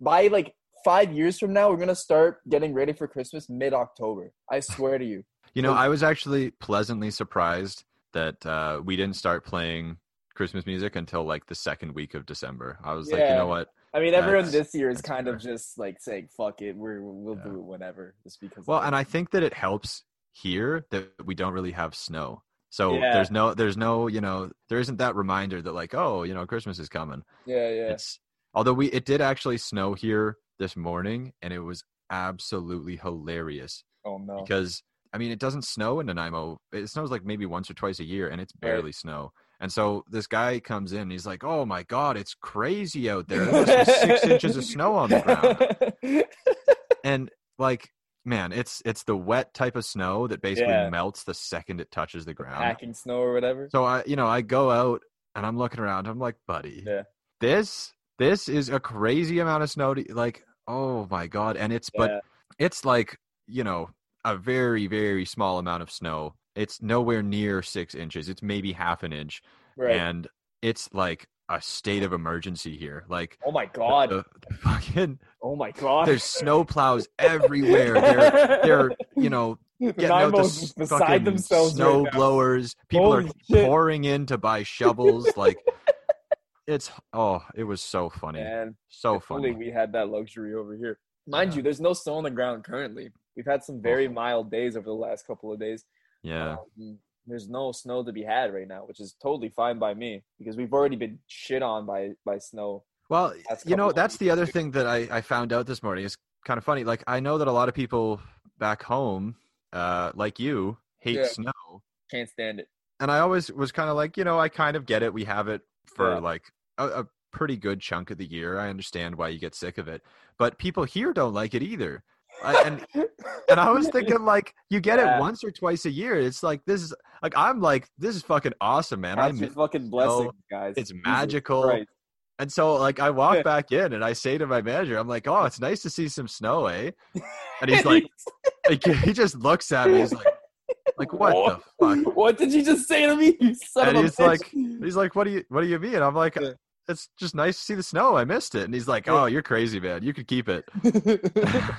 Speaker 2: by, like five years from now, we're gonna start getting ready for Christmas mid October. I swear to you.
Speaker 1: You know, I was actually pleasantly surprised that uh, we didn't start playing Christmas music until like the second week of December. I was like, you
Speaker 2: Yeah.
Speaker 1: know what?
Speaker 2: I mean, everyone
Speaker 1: That's-
Speaker 2: this year is
Speaker 1: that's
Speaker 2: kind of
Speaker 1: fair.
Speaker 2: just like saying "fuck it," we're, we'll
Speaker 1: Yeah.
Speaker 2: do it whenever, just because.
Speaker 1: Well, and I think that it helps here that we don't really have snow. So
Speaker 2: Yeah.
Speaker 1: there's no there's no, you know, there isn't that reminder that like, oh, you know, Christmas is coming.
Speaker 2: yeah, yeah,
Speaker 1: It's although we it did actually snow here this morning and it was absolutely hilarious
Speaker 2: oh no,
Speaker 1: because I mean it doesn't snow in Nanaimo. It snows like maybe once or twice a year and it's
Speaker 2: Right.
Speaker 1: barely snow. And so this guy comes in and he's like, Oh my god, it's crazy out there. There must be
Speaker 2: *laughs*
Speaker 1: six inches of snow on the ground. And like Man, it's it's the wet type of snow that basically
Speaker 2: Yeah.
Speaker 1: melts the second it touches the ground.
Speaker 2: Hacking snow or whatever.
Speaker 1: So I, you know, I go out and I'm looking around. I'm like, buddy,
Speaker 2: Yeah.
Speaker 1: this this is a crazy amount of snow. To, like, oh my god! And it's
Speaker 2: Yeah.
Speaker 1: but it's like you know a very very small amount of snow. It's nowhere near six inches. It's maybe half an inch,
Speaker 2: right.
Speaker 1: and it's like a state of emergency here. Like
Speaker 2: oh my
Speaker 1: the-
Speaker 2: god.
Speaker 1: the- the
Speaker 2: *laughs*
Speaker 1: fucking
Speaker 2: oh my god.
Speaker 1: there's
Speaker 2: *laughs*
Speaker 1: snow plows everywhere. They're they're you know getting out the
Speaker 2: Nymo's
Speaker 1: s-
Speaker 2: beside
Speaker 1: fucking
Speaker 2: themselves.
Speaker 1: snow
Speaker 2: right now.
Speaker 1: blowers. People
Speaker 2: Holy
Speaker 1: are
Speaker 2: shit.
Speaker 1: pouring in to buy shovels.
Speaker 2: *laughs*
Speaker 1: like it's oh, it was so funny,
Speaker 2: Man,
Speaker 1: so
Speaker 2: if only
Speaker 1: funny.
Speaker 2: we had that luxury over here. Mind
Speaker 1: Yeah.
Speaker 2: you, there's no snow on the ground currently. We've had some very mild days over the last couple of days.
Speaker 1: yeah,
Speaker 2: Um, there's no snow to be had right now, which is totally fine by me because we've already been shit on by by snow.
Speaker 1: well,
Speaker 2: that's
Speaker 1: you know
Speaker 2: couple
Speaker 1: that's
Speaker 2: of
Speaker 1: the other thing that I I found out this morning is kind of funny. Like I know that a lot of people back home, uh, like you, hate
Speaker 2: Yeah.
Speaker 1: snow,
Speaker 2: Can't stand it.
Speaker 1: and I always was kind of like, you know, I kind of get it. We have it for
Speaker 2: Yeah.
Speaker 1: like a, a pretty good chunk of the year. I understand why you get sick of it, but people here don't like it either. I, and And I was
Speaker 2: *laughs*
Speaker 1: thinking, like, you get
Speaker 2: Yeah.
Speaker 1: it once or twice a year. It's like this is like I'm like this is fucking awesome, man. I
Speaker 2: That's your
Speaker 1: am
Speaker 2: fucking blessing, guys.
Speaker 1: it's
Speaker 2: Jesus
Speaker 1: magical.
Speaker 2: Christ.
Speaker 1: And so, like, I walk back in and I say to my manager, I'm like, oh, it's nice to see some snow, eh?
Speaker 2: *laughs*
Speaker 1: And he's like, like he just looks at me. He's like, like what the fuck?
Speaker 2: What did you just say to me? You son
Speaker 1: And
Speaker 2: of a
Speaker 1: he's
Speaker 2: bitch.
Speaker 1: like, He's like, what do you, what do you mean? I'm like,
Speaker 2: Yeah.
Speaker 1: it's just nice to see the snow. I missed it. And he's like, oh, you're crazy, man. You could keep
Speaker 2: *laughs*
Speaker 1: it. *laughs*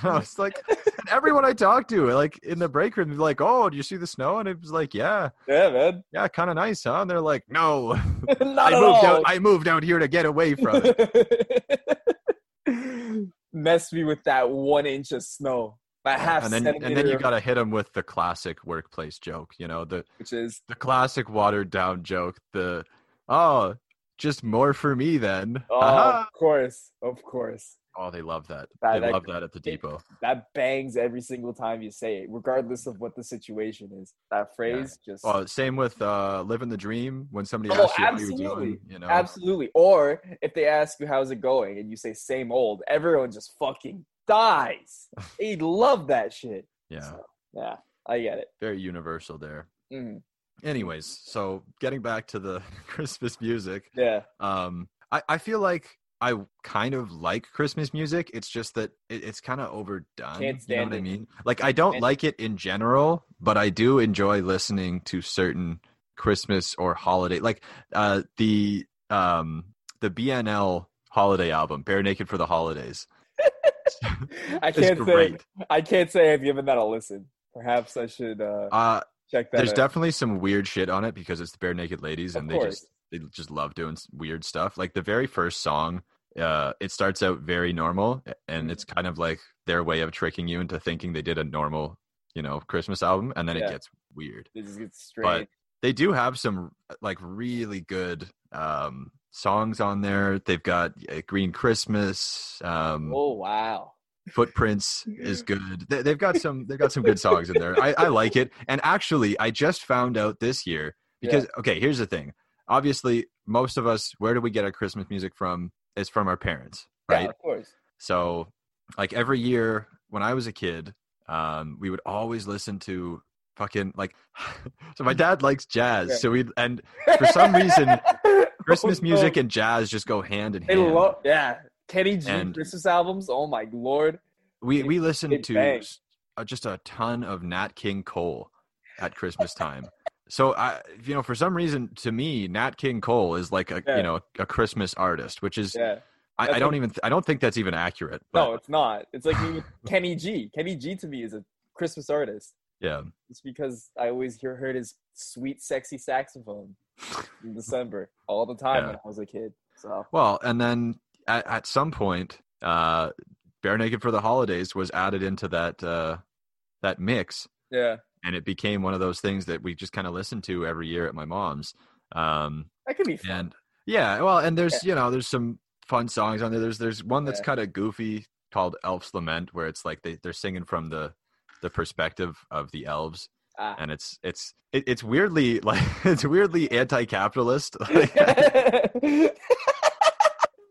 Speaker 1: I was like, and everyone I talked to, like in the break room, they're like, oh, do you see the snow? And it was like, yeah,
Speaker 2: yeah, man.
Speaker 1: yeah, kind of nice, huh? And they're like, no, *laughs* I
Speaker 2: Not at
Speaker 1: moved out.
Speaker 2: all.
Speaker 1: I moved out here to get away from it.
Speaker 2: *laughs* Mess me with that one inch of snow, that half
Speaker 1: and then,
Speaker 2: centimeter,
Speaker 1: and then you gotta hit them with the classic workplace joke. You know, the
Speaker 2: which is
Speaker 1: the classic watered down joke. The oh, just more for me then.
Speaker 2: oh,
Speaker 1: Haha.
Speaker 2: of course, of course.
Speaker 1: Oh, they love that.
Speaker 2: That-
Speaker 1: They
Speaker 2: that-
Speaker 1: love that at the depot.
Speaker 2: That bangs every single time you say it, regardless of what the situation is. That phrase just
Speaker 1: Well, same with uh, living the dream. When somebody
Speaker 2: Oh,
Speaker 1: asks you how you're
Speaker 2: absolutely.
Speaker 1: doing, you know,
Speaker 2: absolutely. Or if they ask you how's it going, and you say same old, everyone just fucking
Speaker 1: *laughs*
Speaker 2: dies. They'd love that shit.
Speaker 1: yeah,
Speaker 2: So, yeah, I get it.
Speaker 1: very universal there.
Speaker 2: Mhm.
Speaker 1: anyways so getting back to the *laughs* christmas music
Speaker 2: Yeah,
Speaker 1: *laughs* um i i feel like i kind of like christmas music it's just that it, it's kind of overdone
Speaker 2: Can't
Speaker 1: you know
Speaker 2: stand
Speaker 1: what i
Speaker 2: it.
Speaker 1: mean like i don't
Speaker 2: Can't-
Speaker 1: like it in general but i do enjoy listening to certain christmas or holiday like uh the um the bnl holiday album bare naked for the holidays
Speaker 2: I
Speaker 1: is
Speaker 2: can't say
Speaker 1: great
Speaker 2: I can't say I've given that a listen. Perhaps I should uh,
Speaker 1: uh
Speaker 2: check that.
Speaker 1: there's
Speaker 2: out.
Speaker 1: definitely some weird shit on it because it's the bare naked ladies
Speaker 2: Of
Speaker 1: and they
Speaker 2: course.
Speaker 1: just they just love doing s- weird stuff. Like the very first song, uh, it starts out very normal, and it's kind of like their way of tricking you into thinking they did a normal, you know, Christmas album, and then it
Speaker 2: Yeah.
Speaker 1: gets weird.
Speaker 2: They just get
Speaker 1: But
Speaker 2: straight.
Speaker 1: they do have some uh, like really good um, songs on there. They've got uh, Green Christmas, um,
Speaker 2: oh wow.
Speaker 1: Footprints is good. They, they've got some. They've got some
Speaker 2: *laughs*
Speaker 1: good songs in there. I, I like it. And actually, I just found out this year because okay here's the thing obviously most of us where do we get our christmas music from It's from our parents
Speaker 2: Yeah,
Speaker 1: right
Speaker 2: of course.
Speaker 1: so like every year when i was a kid um we would always listen to fucking like *sighs* so my dad likes jazz
Speaker 2: Yeah.
Speaker 1: so we and For some reason,
Speaker 2: *laughs* Oh,
Speaker 1: christmas
Speaker 2: no.
Speaker 1: music and jazz just go hand in
Speaker 2: they
Speaker 1: hand
Speaker 2: love yeah. Kenny G
Speaker 1: And-
Speaker 2: Christmas albums. Oh my lord.
Speaker 1: we we
Speaker 2: they
Speaker 1: listened to
Speaker 2: bang.
Speaker 1: s- uh, just a ton of nat king cole at christmas time so i you know for some reason to me nat king cole is like a
Speaker 2: Yeah.
Speaker 1: you know a christmas artist which is
Speaker 2: Yeah.
Speaker 1: I,
Speaker 2: That's
Speaker 1: I don't
Speaker 2: like-
Speaker 1: even. Th- I don't think that's even accurate. But
Speaker 2: No, it's not. It's like me
Speaker 1: *laughs*
Speaker 2: with Kenny G. Kenny G to me is a Christmas artist.
Speaker 1: yeah,
Speaker 2: It's because I always hear heard his sweet, sexy saxophone in December all the time
Speaker 1: Yeah.
Speaker 2: when I was a kid. So
Speaker 1: well, and then at, at some point, uh, "Bare Naked for the Holidays" was added into that uh, that mix,
Speaker 2: yeah.
Speaker 1: and it became one of those things that we just kind of listen to every year at my mom's. Um,
Speaker 2: That could be fun.
Speaker 1: and yeah, well, and there's you know there's some fun songs on there. There's there's one that's
Speaker 2: Yeah.
Speaker 1: kind of goofy called "Elf's Lament," where it's like they they're singing from the the perspective of the elves
Speaker 2: Ah.
Speaker 1: and it's it's it, it's weirdly *laughs* like it's weirdly anti-capitalist *laughs* like,
Speaker 2: *laughs*
Speaker 1: *laughs*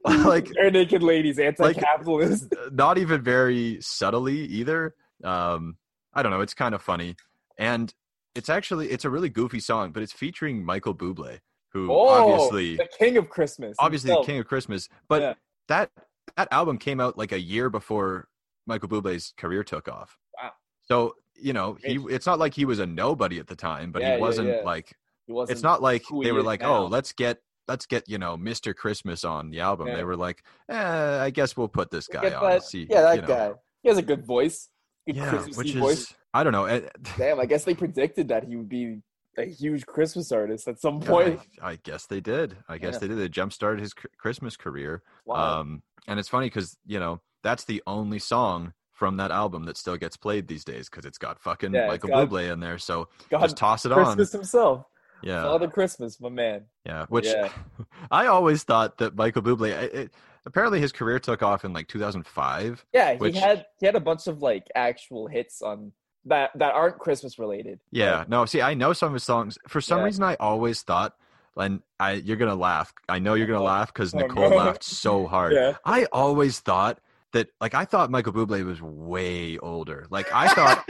Speaker 1: Like-
Speaker 2: bare naked ladies, anti-capitalist.
Speaker 1: *laughs* not even very subtly either um i don't know it's kind of funny and it's actually it's a really goofy song but it's featuring michael buble who
Speaker 2: Oh,
Speaker 1: obviously
Speaker 2: the king of Christmas.
Speaker 1: obviously the
Speaker 2: himself.
Speaker 1: king of christmas but
Speaker 2: Yeah.
Speaker 1: that that album came out like a year before michael buble's career took off
Speaker 2: Wow.
Speaker 1: so you know he it's not like he was a nobody at the time but
Speaker 2: Yeah,
Speaker 1: he
Speaker 2: yeah,
Speaker 1: wasn't
Speaker 2: yeah.
Speaker 1: like
Speaker 2: He wasn't-
Speaker 1: it's not like
Speaker 2: who he
Speaker 1: they were
Speaker 2: is
Speaker 1: like,
Speaker 2: now.
Speaker 1: oh, let's get let's get you know Mr. Christmas on the album.
Speaker 2: Yeah.
Speaker 1: They were like, eh, I guess we'll put this
Speaker 2: Look
Speaker 1: guy
Speaker 2: at
Speaker 1: on. and
Speaker 2: that-
Speaker 1: See,
Speaker 2: Yeah,
Speaker 1: you
Speaker 2: that
Speaker 1: know.
Speaker 2: guy. He has a good voice. Good
Speaker 1: Yeah,
Speaker 2: Christmassy
Speaker 1: which is
Speaker 2: voice.
Speaker 1: I don't know. eh,
Speaker 2: Damn, I guess they predicted that he would be a huge Christmas artist at some
Speaker 1: yeah,
Speaker 2: point. *laughs*
Speaker 1: I, I guess they did. I guess
Speaker 2: Yeah.
Speaker 1: they did. They jump started his cr- Christmas career.
Speaker 2: Wow.
Speaker 1: Um, and it's funny because you know that's the only song from that album that still gets played these days because it's got fucking
Speaker 2: Yeah, it's
Speaker 1: Michael
Speaker 2: got
Speaker 1: Bublé in there. So
Speaker 2: God,
Speaker 1: just toss it on.
Speaker 2: Christmas himself.
Speaker 1: Yeah.
Speaker 2: Father Christmas, my man.
Speaker 1: Yeah, which
Speaker 2: Yeah.
Speaker 1: *laughs* I always thought that Michael Bublé. It, it, apparently, his career took off in like 2005.
Speaker 2: Yeah, he
Speaker 1: Which-
Speaker 2: had he had a bunch of like actual hits on that that aren't Christmas related.
Speaker 1: Yeah, no, see, I know some of his songs. For some
Speaker 2: Yeah.
Speaker 1: reason, I always thought, and I you're gonna laugh. I know you're gonna
Speaker 2: Oh,
Speaker 1: laugh because
Speaker 2: oh,
Speaker 1: Nicole
Speaker 2: no.
Speaker 1: laughed
Speaker 2: *laughs*
Speaker 1: so hard.
Speaker 2: Yeah.
Speaker 1: I always thought that, like, I thought Michael Bublé was way older. Like, I
Speaker 2: *laughs*
Speaker 1: thought,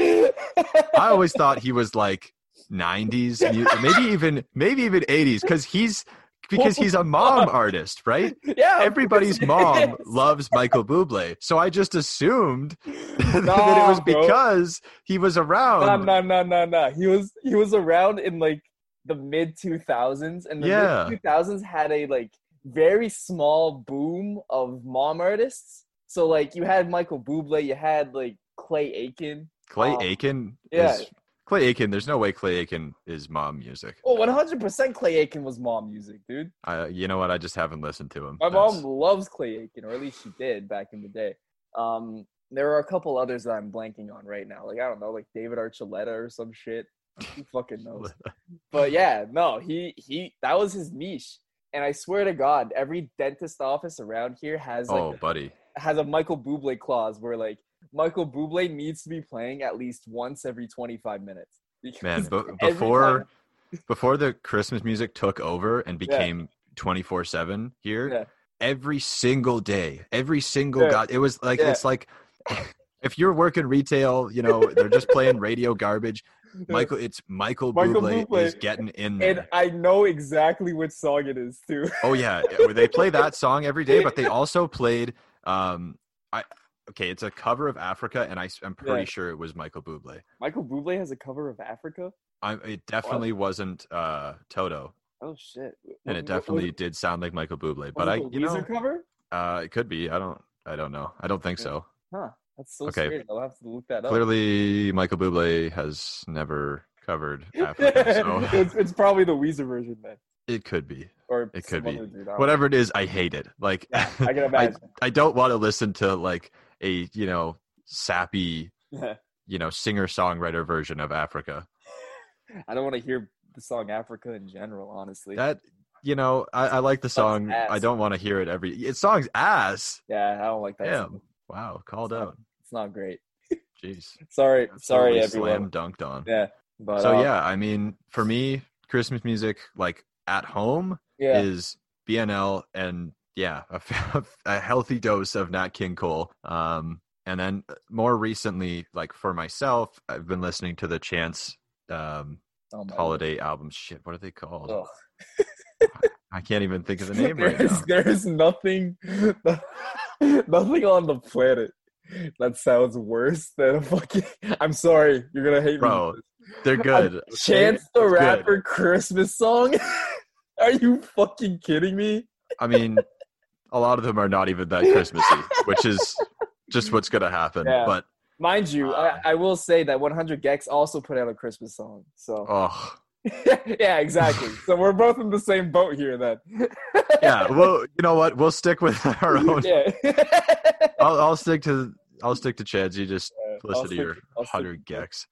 Speaker 1: I always thought he was like 90s, mu- maybe even maybe even 80s, because he's because he's a mom artist, right?
Speaker 2: yeah, Oh of
Speaker 1: Everybody's
Speaker 2: course,
Speaker 1: mom
Speaker 2: *laughs* yes.
Speaker 1: loves Michael Bublé, so I just assumed *laughs* that it
Speaker 2: Nah,
Speaker 1: was
Speaker 2: bro.
Speaker 1: because he was
Speaker 2: No,
Speaker 1: around.
Speaker 2: no, no, no, no. He was he was around in like the mid two thousands, and the
Speaker 1: Yeah.
Speaker 2: mid two thousands had a like very small boom of mom artists. So like you had Michael Bublé, you had like Clay Aiken.
Speaker 1: Clay
Speaker 2: Um,
Speaker 1: Aiken
Speaker 2: yeah.
Speaker 1: is Clay Aiken. There's no way Clay Aiken is mom music.
Speaker 2: Oh, one hundred percent Clay Aiken was mom music, dude.
Speaker 1: I, you know what? I just haven't listened to him.
Speaker 2: My
Speaker 1: That's-
Speaker 2: mom loves Clay Aiken, or at least she did back in the day. Um, there are a couple others that I'm blanking on right now. Like I don't know, like David Archuleta or some shit. Who fucking knows? But yeah, no, he he that was his niche. And I swear to God, every dentist office around here has like
Speaker 1: oh, buddy.
Speaker 2: has a Michael Bublé clause where like Michael Bublé needs to be playing at least once every 25 minutes. Because
Speaker 1: man b-
Speaker 2: every
Speaker 1: before
Speaker 2: time-
Speaker 1: before the christmas music took over and became 24/7 here
Speaker 2: Yeah.
Speaker 1: every single day every single
Speaker 2: Yeah.
Speaker 1: god it was like
Speaker 2: Yeah.
Speaker 1: it's like *laughs* if you're working retail you know they're just playing radio
Speaker 2: *laughs*
Speaker 1: garbage michael it's michael,
Speaker 2: Michael
Speaker 1: bublé,
Speaker 2: Bublé.
Speaker 1: is getting in there
Speaker 2: and I know exactly which song it is too. *laughs*
Speaker 1: oh yeah yeah, they play that song every day but they also played um i okay it's a cover of africa and I, am pretty
Speaker 2: Yeah.
Speaker 1: sure it was michael bublé
Speaker 2: Michael Bublé has a cover of Africa?
Speaker 1: I, it definitely wasn't uh toto
Speaker 2: Oh shit.
Speaker 1: and it
Speaker 2: Was- was-
Speaker 1: definitely
Speaker 2: was
Speaker 1: did sound like Michael Bublé,
Speaker 2: it
Speaker 1: but
Speaker 2: a
Speaker 1: I, you
Speaker 2: Weezer
Speaker 1: know,
Speaker 2: cover?
Speaker 1: uh, it could be. I don't, I don't know. I don't think
Speaker 2: Yeah.
Speaker 1: so.
Speaker 2: Huh. That's so
Speaker 1: Okay.
Speaker 2: strange. I'll have to look that up. *laughs*
Speaker 1: Clearly, Michael Bublé has never
Speaker 2: *laughs*
Speaker 1: covered Africa, so
Speaker 2: it's, it's probably the Weezer version then.
Speaker 1: *laughs* it could be.
Speaker 2: Or
Speaker 1: It could
Speaker 2: some
Speaker 1: be.
Speaker 2: other dude, I don't
Speaker 1: Whatever it is, I hate it. Like,
Speaker 2: Oh, Yeah, I can imagine.
Speaker 1: *laughs* I don't want to listen to like a you know sappy
Speaker 2: *laughs* Yeah.
Speaker 1: you know singer songwriter version of Africa.
Speaker 2: I don't want to hear the song Africa in general, honestly.
Speaker 1: That you know, I, I like the
Speaker 2: Song's
Speaker 1: song.
Speaker 2: ass.
Speaker 1: I don't want to hear it every. It song's ass.
Speaker 2: yeah, I don't like that.
Speaker 1: Damn.
Speaker 2: song.
Speaker 1: Wow, called
Speaker 2: Song.
Speaker 1: out.
Speaker 2: It's not great.
Speaker 1: Jeez.
Speaker 2: Sorry, sorry,
Speaker 1: Absolutely Slam
Speaker 2: everyone.
Speaker 1: dunked on.
Speaker 2: Yeah, but
Speaker 1: so
Speaker 2: um,
Speaker 1: yeah, I mean, for me, Christmas music like at home
Speaker 2: yeah,
Speaker 1: is BNL and yeah, *laughs* a, a healthy dose of Nat King Cole. Um, and then more recently, like for myself, I've been listening to the Chance um,
Speaker 2: oh my
Speaker 1: holiday album. Shit, what are they called?
Speaker 2: Ugh.
Speaker 1: I can't even think
Speaker 2: *laughs*
Speaker 1: of the name
Speaker 2: There
Speaker 1: right now.
Speaker 2: is- there is nothing, *laughs* nothing on the planet that sounds worse than a fucking. I'm sorry, you're gonna hate
Speaker 1: Bro,
Speaker 2: me. *laughs*
Speaker 1: They're good.
Speaker 2: A
Speaker 1: okay?
Speaker 2: Chance the
Speaker 1: It's good.
Speaker 2: Rapper Christmas song. *laughs* Are you fucking kidding me?
Speaker 1: I mean, a lot of them are not even that Christmassy, which
Speaker 2: *laughs*
Speaker 1: is just what's gonna happen.
Speaker 2: Yeah.
Speaker 1: But
Speaker 2: Mind you,
Speaker 1: Uh,
Speaker 2: I, I will say that 100 Gex also put out a Christmas song. So
Speaker 1: oh.
Speaker 2: *laughs* yeah, exactly. So we're both in the same boat here then.
Speaker 1: *laughs* yeah well you know what we'll stick with *laughs*
Speaker 2: *laughs*
Speaker 1: our own
Speaker 2: Yeah.
Speaker 1: I'll, I'll stick to i'll stick to chad's you just
Speaker 2: I'll
Speaker 1: listen to
Speaker 2: stick-
Speaker 1: your
Speaker 2: I'll stick-
Speaker 1: 100 gex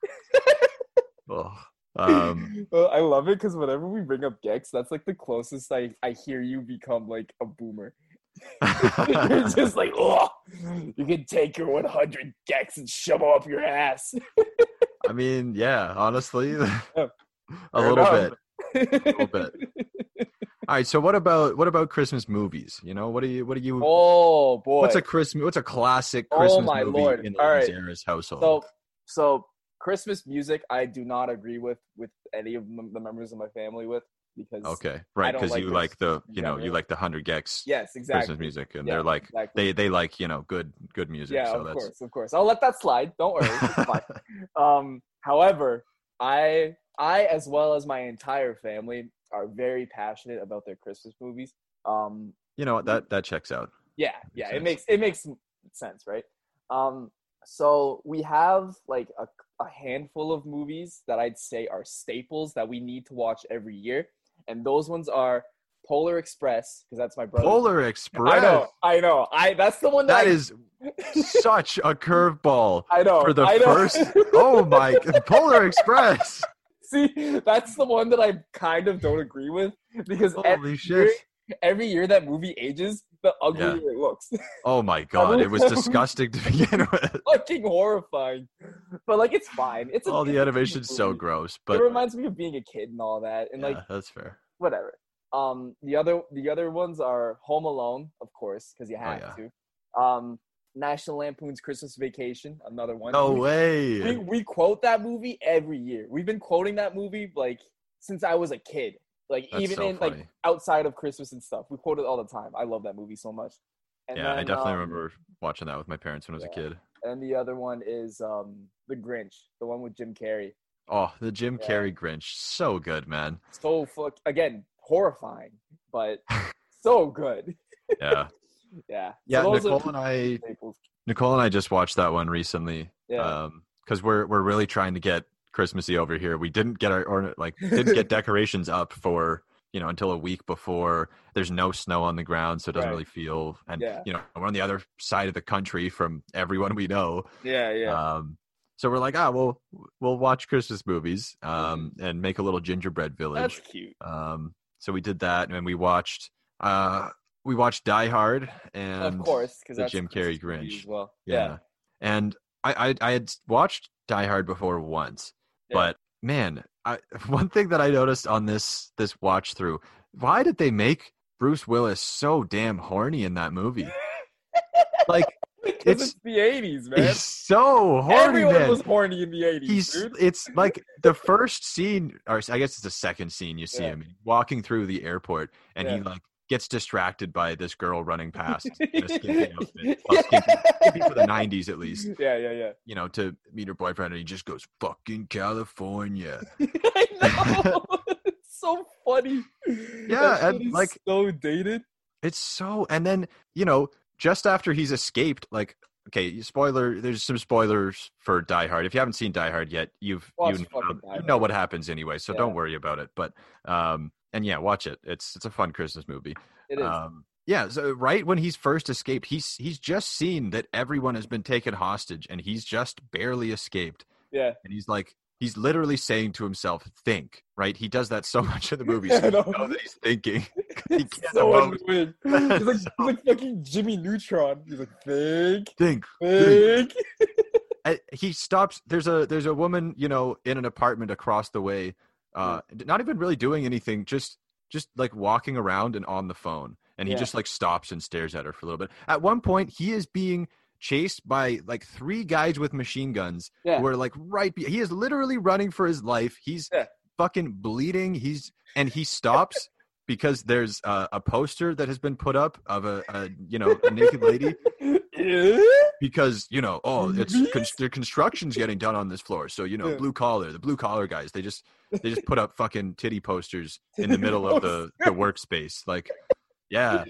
Speaker 2: *laughs*
Speaker 1: oh, um *laughs*
Speaker 2: Well, I love it because whenever we bring up Gex, that's like the closest I, I hear you become like
Speaker 1: *laughs*
Speaker 2: a boomer. *laughs* You're just like, oh, you can take your 100 Gex and shove 'em up your ass.
Speaker 1: i mean yeah honestly *laughs* a
Speaker 2: Fair
Speaker 1: little
Speaker 2: enough.
Speaker 1: bit little all right so what about what about christmas movies you know what do you what do you
Speaker 2: *laughs* oh boy.
Speaker 1: what's a christmas what's a classic
Speaker 2: Oh,
Speaker 1: christmas
Speaker 2: my
Speaker 1: movie
Speaker 2: lord.
Speaker 1: in the
Speaker 2: All right.
Speaker 1: Harris household
Speaker 2: So, so Christmas music, I do not agree with with any of m- the members of my family with because
Speaker 1: okay right
Speaker 2: don't
Speaker 1: because
Speaker 2: like
Speaker 1: you
Speaker 2: this
Speaker 1: like the you know you
Speaker 2: genre.
Speaker 1: like the 100 gex
Speaker 2: yes, exactly.
Speaker 1: christmas music and
Speaker 2: Yeah,
Speaker 1: they're like
Speaker 2: exactly.
Speaker 1: they they like you know good good music
Speaker 2: yeah,
Speaker 1: so
Speaker 2: of
Speaker 1: that's
Speaker 2: course, of course. I'll let that slide. Don't worry.
Speaker 1: *laughs*
Speaker 2: It's fine. um, however, I I as well as my entire family are very passionate about their Christmas movies. Um,
Speaker 1: you know what that that checks out
Speaker 2: yeah
Speaker 1: Makes
Speaker 2: yeah
Speaker 1: sense.
Speaker 2: it makes it makes sense right um so we have like a, a handful of movies that i'd say are staples that we need to watch every year and those ones are polar express because that's my brother
Speaker 1: polar express
Speaker 2: *laughs* i know i know i that's the one that,
Speaker 1: that
Speaker 2: *laughs*
Speaker 1: is such a curveball
Speaker 2: i, I know
Speaker 1: for the
Speaker 2: I know.
Speaker 1: first
Speaker 2: *laughs*
Speaker 1: oh my polar express
Speaker 2: see that's the one that i kind of don't agree with because every,
Speaker 1: holy
Speaker 2: year,
Speaker 1: shit
Speaker 2: every year that movie ages the uglier it looks *laughs*
Speaker 1: oh my god it was
Speaker 2: love-
Speaker 1: disgusting to
Speaker 2: *laughs*
Speaker 1: begin with
Speaker 2: fucking horrifying but like it's fine it's a-
Speaker 1: all the
Speaker 2: it's a
Speaker 1: animation's so
Speaker 2: movie.
Speaker 1: gross
Speaker 2: it
Speaker 1: but
Speaker 2: reminds me of being a kid and all that and like
Speaker 1: yeah, that's fair
Speaker 2: whatever um the other the other ones are home alone of course
Speaker 1: Oh,
Speaker 2: because you have to um national lampoon's christmas vacation another one
Speaker 1: no
Speaker 2: we, we,
Speaker 1: way
Speaker 2: we quote that movie every year we've been quoting that movie like since i was a kid Like
Speaker 1: That's
Speaker 2: even
Speaker 1: so
Speaker 2: in
Speaker 1: funny.
Speaker 2: like outside of Christmas and stuff, we quote it all the time. I love that movie so much. And
Speaker 1: yeah, I
Speaker 2: then,
Speaker 1: definitely
Speaker 2: um,
Speaker 1: remember watching that with my parents when I was
Speaker 2: yeah.
Speaker 1: a kid.
Speaker 2: And the other one is um, The Grinch, the one with Jim Carrey.
Speaker 1: Oh, the Jim
Speaker 2: Yeah.
Speaker 1: Carrey Grinch, so good,
Speaker 2: *laughs*
Speaker 1: man.
Speaker 2: So fuck again, horrifying, but
Speaker 1: *laughs*
Speaker 2: so good.
Speaker 1: Yeah,
Speaker 2: Yeah. So
Speaker 1: yeah.
Speaker 2: those
Speaker 1: Nicole
Speaker 2: are
Speaker 1: and I,
Speaker 2: staples.
Speaker 1: Nicole and I just watched that one recently.
Speaker 2: Yeah.
Speaker 1: because um, we're we're really trying to get Christmassy over here. We didn't get our or like didn't
Speaker 2: *laughs*
Speaker 1: get decorations up for you know until a week before. There's no snow on the ground, so it doesn't
Speaker 2: Right.
Speaker 1: really feel. And
Speaker 2: Yeah.
Speaker 1: you know we're on the other side of the country from everyone we know.
Speaker 2: yeah, yeah.
Speaker 1: Um, so we're like, ah, well, we'll watch Christmas movies um, and make a little gingerbread
Speaker 2: Mm-hmm. That's
Speaker 1: village.
Speaker 2: cute.
Speaker 1: Um, so we did that, and we watched uh, we watched Die Hard and
Speaker 2: of course, because
Speaker 1: the
Speaker 2: that's a
Speaker 1: Jim Carrey
Speaker 2: Christmas movie
Speaker 1: Grinch.
Speaker 2: as well.
Speaker 1: yeah. And I, I I had watched Die Hard before once,
Speaker 2: Yeah.
Speaker 1: but man, I, *laughs* one thing that I noticed on this this watch through, why did they make Bruce Willis so damn horny in that
Speaker 2: *laughs*
Speaker 1: movie? Like
Speaker 2: 'Cause
Speaker 1: It's-
Speaker 2: it's, the '80s,
Speaker 1: *laughs*
Speaker 2: man.
Speaker 1: he's so horny.
Speaker 2: Everyone
Speaker 1: man.
Speaker 2: was horny in the '80s,
Speaker 1: he's
Speaker 2: dude.
Speaker 1: it's like the first scene or i guess it's the second scene you see
Speaker 2: Yeah.
Speaker 1: him walking through the airport and he
Speaker 2: Yeah.
Speaker 1: like gets distracted by this girl running
Speaker 2: *laughs*
Speaker 1: past in a skimpy outfit well, skimpy, skimpy for the 90s at least
Speaker 2: *laughs* Yeah, yeah, yeah.
Speaker 1: you know to meet her boyfriend and he just goes fucking california *laughs*
Speaker 2: *laughs* I know. *laughs* it's so funny.
Speaker 1: Yeah,
Speaker 2: That
Speaker 1: and,
Speaker 2: shit is
Speaker 1: like-
Speaker 2: so dated.
Speaker 1: it's so and then you know just after he's escaped like okay spoiler there's some spoilers for die hard if you haven't seen die hard yet you've
Speaker 2: Watch
Speaker 1: you,
Speaker 2: fucking
Speaker 1: know,
Speaker 2: Die
Speaker 1: you
Speaker 2: Hard.
Speaker 1: know what happens anyway so
Speaker 2: Yeah.
Speaker 1: don't worry about it but um and yeah watch it it's it's a fun christmas movie
Speaker 2: It is.
Speaker 1: Um, yeah, so right when he's first escaped, he's he's just seen that everyone has been taken hostage, and he's just barely escaped. *laughs*
Speaker 2: yeah.
Speaker 1: And he's like, he's literally saying to himself, "Think." Right? He does that so *laughs* much in the movie. So
Speaker 2: *laughs* I
Speaker 1: you
Speaker 2: know.
Speaker 1: know that he's thinking.
Speaker 2: It's
Speaker 1: can't
Speaker 2: so
Speaker 1: emote. *laughs*
Speaker 2: annoying. He's like, he's like fucking Jimmy Neutron. He's like, think,
Speaker 1: Think.
Speaker 2: think.
Speaker 1: I, he stops. There's a there's a woman, you know, in an apartment across the way, uh,
Speaker 2: Hmm.
Speaker 1: not even really doing anything, just just like walking around and on the phone. And he
Speaker 2: Yeah.
Speaker 1: just like stops and stares at her for a little bit. At one point, he is being chased by like three guys with machine guns
Speaker 2: Yeah.
Speaker 1: who are like right. Be- he is literally running for his life. He's
Speaker 2: Yeah.
Speaker 1: fucking bleeding. He's and he stops. Because there's a, a poster that has been put up of a, a you know a naked
Speaker 2: *laughs*
Speaker 1: lady
Speaker 2: Eh?
Speaker 1: because you know oh it's
Speaker 2: Really?
Speaker 1: con- the construction's getting done on this floor so you know
Speaker 2: Mm-hmm. Yeah.
Speaker 1: blue collar the blue collar guys they just they just put up fucking titty posters in the middle of the, the workspace like yeah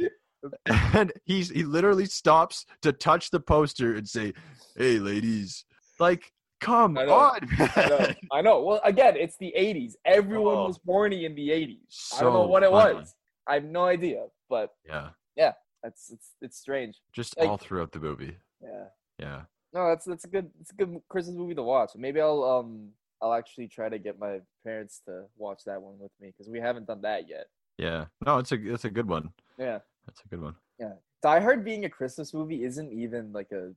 Speaker 1: *laughs* and he's he literally stops to touch the poster and say hey ladies like come
Speaker 2: *laughs* I know.
Speaker 1: on
Speaker 2: I know.
Speaker 1: man.
Speaker 2: I know. Well, again, it's the '80s. Everyone
Speaker 1: Oh.
Speaker 2: was horny in the '80s.
Speaker 1: so
Speaker 2: I don't know what it
Speaker 1: funny.
Speaker 2: was. I have no idea, but
Speaker 1: yeah
Speaker 2: that's it's it's strange.
Speaker 1: just
Speaker 2: Like-
Speaker 1: all throughout the movie
Speaker 2: Yeah.
Speaker 1: yeah
Speaker 2: No, that's that's a good it's a good Christmas movie to watch. Maybe I'll um I'll actually try to get my parents to watch that one with me because we haven't done that yet.
Speaker 1: yeah no it's a it's a good one
Speaker 2: Yeah.
Speaker 1: that's a good one
Speaker 2: Die Hard being a Christmas movie isn't even like a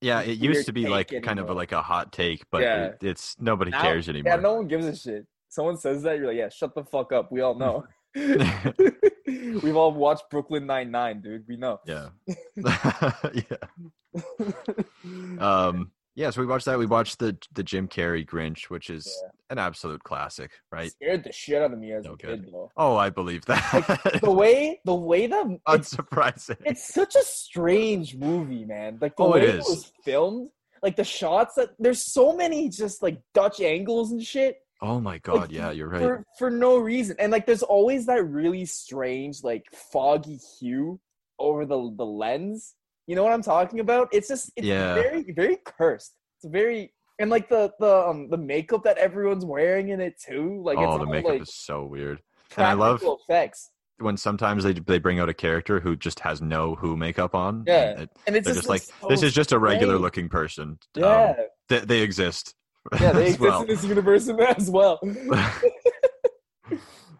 Speaker 1: yeah it
Speaker 2: Weird
Speaker 1: used to be
Speaker 2: take
Speaker 1: like kind of a,
Speaker 2: anymore.
Speaker 1: like a hot take but
Speaker 2: Yeah.
Speaker 1: it, it's nobody
Speaker 2: Now-
Speaker 1: cares anymore
Speaker 2: yeah no one gives a shit. Someone says that you're like yeah shut the fuck up. We all
Speaker 1: *laughs*
Speaker 2: know. *laughs* We've all watched Brooklyn Nine Nine, dude. We know.
Speaker 1: Yeah. *laughs* yeah.
Speaker 2: *laughs*
Speaker 1: Um yeah, so we watched that. We watched the the Jim Carrey Grinch, which is an absolute classic, right?
Speaker 2: Scared the shit out of me as
Speaker 1: No
Speaker 2: a
Speaker 1: good.
Speaker 2: kid though.
Speaker 1: Oh, I believe that. *laughs*
Speaker 2: The way the way the it's
Speaker 1: Unsurprising.
Speaker 2: it's such a strange movie, man. Like the
Speaker 1: Oh, it
Speaker 2: way it,
Speaker 1: is.
Speaker 2: was filmed, like the shots that there's so many just like Dutch angles and shit
Speaker 1: Oh my god, yeah, you're right.
Speaker 2: for for no reason. And like there's always that really strange like foggy hue over the the lens. You know what I'm talking about? It's just it's
Speaker 1: Yeah.
Speaker 2: very very cursed. It's very and like the the um the makeup that everyone's wearing in it too. Like it's
Speaker 1: oh, the
Speaker 2: all,
Speaker 1: makeup
Speaker 2: like,
Speaker 1: is so weird. and I love-
Speaker 2: practical effects.
Speaker 1: When sometimes they they bring out a character who just has no who makeup on. and
Speaker 2: Yeah.
Speaker 1: it-
Speaker 2: And it's
Speaker 1: they're just
Speaker 2: just,
Speaker 1: like
Speaker 2: so
Speaker 1: this is just a regular
Speaker 2: strange.
Speaker 1: looking person. Um,
Speaker 2: yeah.
Speaker 1: they, they exist.
Speaker 2: Yeah,
Speaker 1: *laughs*
Speaker 2: they
Speaker 1: as
Speaker 2: exist
Speaker 1: well.
Speaker 2: in this universe *laughs* as well. *laughs*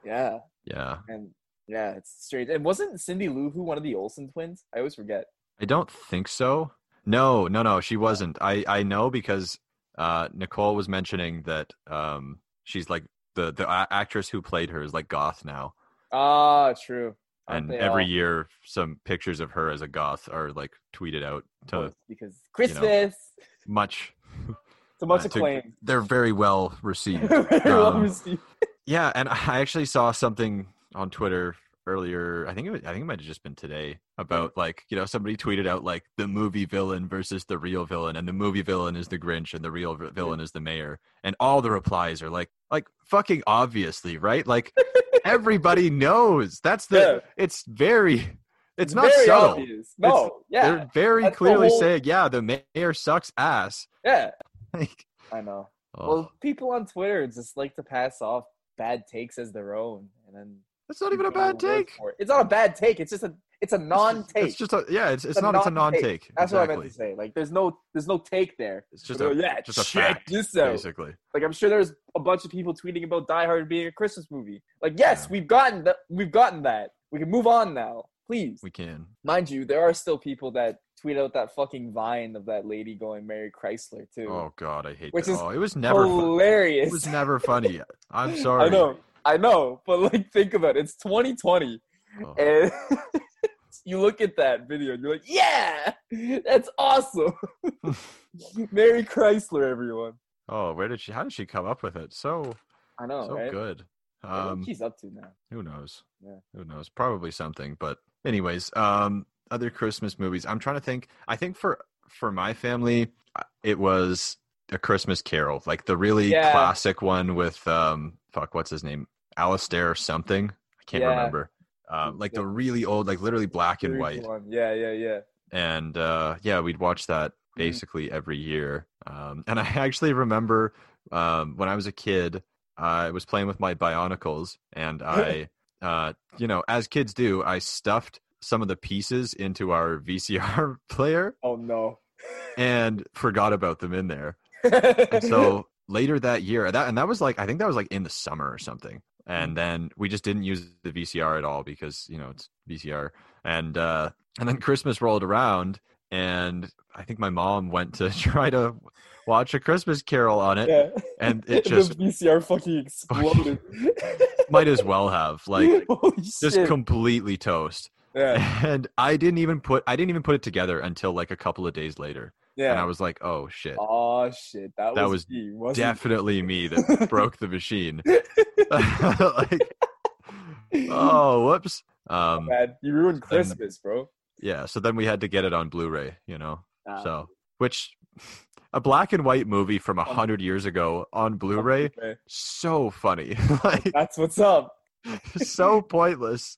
Speaker 2: yeah,
Speaker 1: *laughs* yeah.
Speaker 2: and yeah, it's strange. And wasn't Cindy Lou Who one of the Olsen twins? I always forget.
Speaker 1: I don't think so. No, no, no, she wasn't. I I know because uh, Nicole was mentioning that um, she's like the the a- actress who played her is like goth now,
Speaker 2: Ah, true. Aren't
Speaker 1: and
Speaker 2: they
Speaker 1: every
Speaker 2: all?
Speaker 1: year some pictures of her as a goth are like tweeted out
Speaker 2: Of
Speaker 1: to
Speaker 2: course, because Christmas
Speaker 1: much.
Speaker 2: to much
Speaker 1: uh, to-
Speaker 2: acclaim.
Speaker 1: *laughs* They're very well received.
Speaker 2: *laughs* Everyone
Speaker 1: um,
Speaker 2: received-
Speaker 1: yeah, and *laughs* I actually saw something on Twitter earlier. I think it was, I think it might have just been today
Speaker 2: Mm-hmm.
Speaker 1: about like you know somebody tweeted out like the movie villain versus the real villain, and the movie villain is the Grinch, and the real vi- villain is the mayor, and all the replies are like like fucking obviously right,
Speaker 2: *laughs*
Speaker 1: like everybody knows that's the it's very it's not
Speaker 2: very
Speaker 1: subtle.
Speaker 2: obvious. No, yeah,
Speaker 1: They're very
Speaker 2: That's the
Speaker 1: clearly
Speaker 2: whole-
Speaker 1: saying, yeah, the mayor sucks ass. *laughs*
Speaker 2: yeah.
Speaker 1: Like,
Speaker 2: I know.
Speaker 1: oh,
Speaker 2: Well, people on Twitter just like to pass off bad takes as their own, and then
Speaker 1: that's not even a
Speaker 2: take their
Speaker 1: bad
Speaker 2: word
Speaker 1: take.
Speaker 2: for it. It's not a bad take. It's just a it's a non-take.
Speaker 1: It's just a yeah. It's it's
Speaker 2: a
Speaker 1: not. It's a
Speaker 2: non-take.
Speaker 1: non-take.
Speaker 2: That's what I
Speaker 1: exactly.
Speaker 2: meant to say. Like, there's no there's no take there.
Speaker 1: It's just
Speaker 2: They're
Speaker 1: a
Speaker 2: like, yeah,
Speaker 1: just a
Speaker 2: check
Speaker 1: fact,
Speaker 2: this out.
Speaker 1: basically.
Speaker 2: Like, I'm sure there's a bunch of people tweeting about Die Hard being a Christmas movie. Like, yes,
Speaker 1: Yeah.
Speaker 2: we've gotten that. We've gotten that. We can move on now, please.
Speaker 1: We can.
Speaker 2: Mind you, there are still people that tweet out that fucking vine of that lady going Mary Chrysler too.
Speaker 1: Oh God, I hate.
Speaker 2: Which
Speaker 1: that.
Speaker 2: is
Speaker 1: oh, it was never. Fun.
Speaker 2: hilarious.
Speaker 1: It was never funny. I'm sorry.
Speaker 2: *laughs* I know, I know, but like, think about it. It's 2020,
Speaker 1: Oh.
Speaker 2: and *laughs* you look at that video, and you're like, "Yeah, that's awesome." *laughs* Mary Chrysler, everyone.
Speaker 1: Oh, where did she? How did she come up with it? So
Speaker 2: I know,
Speaker 1: so
Speaker 2: right?
Speaker 1: good.
Speaker 2: I wonder
Speaker 1: Um,
Speaker 2: what she's up to now.
Speaker 1: who knows?
Speaker 2: Yeah.
Speaker 1: Who knows? Probably something. But anyways, um, other Christmas movies. I'm trying to think. I think for for my family, uh, it was a Christmas Carol, like the really
Speaker 2: Yeah.
Speaker 1: classic one with um, fuck, what's his name? Alistair something. I can't
Speaker 2: Yeah.
Speaker 1: remember. Um, like the really old, like literally black and
Speaker 2: There's
Speaker 1: white.
Speaker 2: one. Yeah, yeah, yeah.
Speaker 1: and uh, yeah, we'd watch that basically every year. Um, and *laughs* I actually remember um, when I was a kid, I was playing with my Bionicles, and I, uh, you know, as kids do, I stuffed some of the pieces into our VCR *laughs* player
Speaker 2: Oh no.
Speaker 1: and forgot about them in there.
Speaker 2: *laughs*
Speaker 1: And so later that year, that and that was like I think that was like in the summer or something.
Speaker 2: Mm-hmm.
Speaker 1: And then we just didn't use the VCR at all because you know it's VCR. And uh, and then Christmas rolled around, and I think my mom went to *laughs* try to watch a Christmas Carol on it,
Speaker 2: yeah. *laughs*
Speaker 1: and it just
Speaker 2: the VCR fucking
Speaker 1: *laughs*
Speaker 2: exploded. *laughs*
Speaker 1: might as well have like
Speaker 2: Holy
Speaker 1: just
Speaker 2: shit.
Speaker 1: completely toast.
Speaker 2: yeah,
Speaker 1: And I didn't even put I didn't even put it together until like a couple of days later, and I
Speaker 2: yeah.
Speaker 1: was like, oh shit.
Speaker 2: Oh shit, that,
Speaker 1: That
Speaker 2: was
Speaker 1: was
Speaker 2: me, wasn't *laughs* it?
Speaker 1: definitely me that broke the
Speaker 2: *laughs*
Speaker 1: machine. *laughs* like, oh, whoops. Um,
Speaker 2: man. You ruined Christmas, bro.
Speaker 1: yeah. So then we had to get it on Blu-ray, you know.
Speaker 2: Nah,
Speaker 1: So, which a black and white movie from a hundred years ago on
Speaker 2: fuck
Speaker 1: Blu-ray,
Speaker 2: Blu-ray.
Speaker 1: so
Speaker 2: *laughs*
Speaker 1: funny, *laughs* like
Speaker 2: That's what's up.
Speaker 1: so
Speaker 2: *laughs*
Speaker 1: pointless.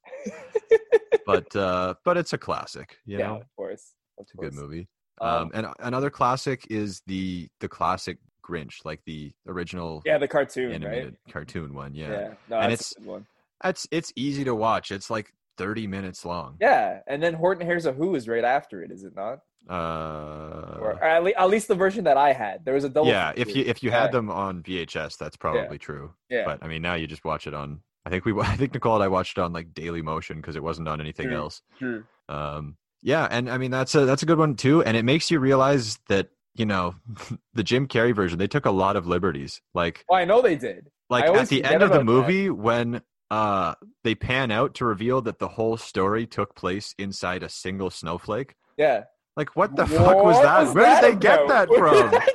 Speaker 1: But uh, but it's a classic, you
Speaker 2: yeah,
Speaker 1: know.
Speaker 2: of course. Of
Speaker 1: It's a good
Speaker 2: course.
Speaker 1: movie.
Speaker 2: Um,
Speaker 1: Um, and another classic is the the classic Grinch, like the original
Speaker 2: yeah, the cartoon,
Speaker 1: animated cartoon one.
Speaker 2: right?
Speaker 1: yeah.
Speaker 2: no,
Speaker 1: And it's-
Speaker 2: that's a good one.
Speaker 1: That's it's easy to watch. It's like 30 minutes long.
Speaker 2: Yeah, and then Horton Hears a Who is right after it, is it not? or, or
Speaker 1: Uh,
Speaker 2: at, le- at least the version that I had. There was a double.
Speaker 1: yeah, if
Speaker 2: feature.
Speaker 1: you if you
Speaker 2: Yeah.
Speaker 1: had them on VHS, that's probably true.
Speaker 2: yeah,
Speaker 1: But I mean, now you just watch it on. I think we *laughs* wa- I think Nicole and I watched it on like Daily Motion because it wasn't on anything
Speaker 2: True.
Speaker 1: else.
Speaker 2: true.
Speaker 1: Um, yeah, and I mean that's a that's a good one too, and it makes you realize that you know *laughs* the Jim Carrey version they took a lot of liberties. Like
Speaker 2: Well, I know they did.
Speaker 1: like
Speaker 2: I always
Speaker 1: at the
Speaker 2: forget
Speaker 1: end of the
Speaker 2: about that.
Speaker 1: movie when uh they pan out to reveal that the whole story took place inside a single snowflake.
Speaker 2: Yeah.
Speaker 1: Like what the fuck was that? Where did they get
Speaker 2: *laughs*
Speaker 1: that from? *laughs*
Speaker 2: that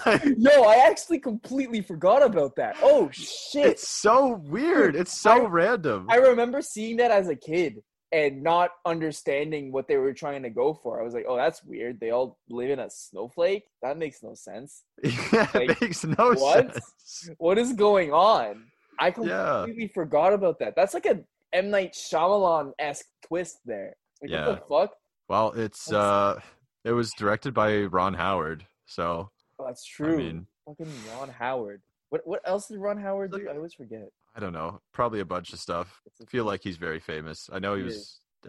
Speaker 1: Like,
Speaker 2: from? Yo, I actually completely forgot about that. Oh shit!
Speaker 1: it's so weird. It's so random.
Speaker 2: I remember seeing that as a kid and not understanding what they were trying to go for. I was like, "Oh, that's weird. They all live in a snowflake. That makes no sense.
Speaker 1: *laughs* yeah, it
Speaker 2: like,
Speaker 1: makes no
Speaker 2: what?
Speaker 1: sense.
Speaker 2: What is going on?" I
Speaker 1: Yeah.
Speaker 2: completely forgot about that. That's like a M Night Shyamalan esque twist there. Like,
Speaker 1: Yeah.
Speaker 2: what the fuck?
Speaker 1: Well, it's uh it was directed by Ron Howard, so
Speaker 2: Oh, that's true.
Speaker 1: I mean
Speaker 2: Fucking Ron Howard. What what else did Ron Howard do? I always forget.
Speaker 1: I don't know, probably a bunch of stuff.
Speaker 2: It's
Speaker 1: I feel like he's very famous. I know he
Speaker 2: Yeah.
Speaker 1: was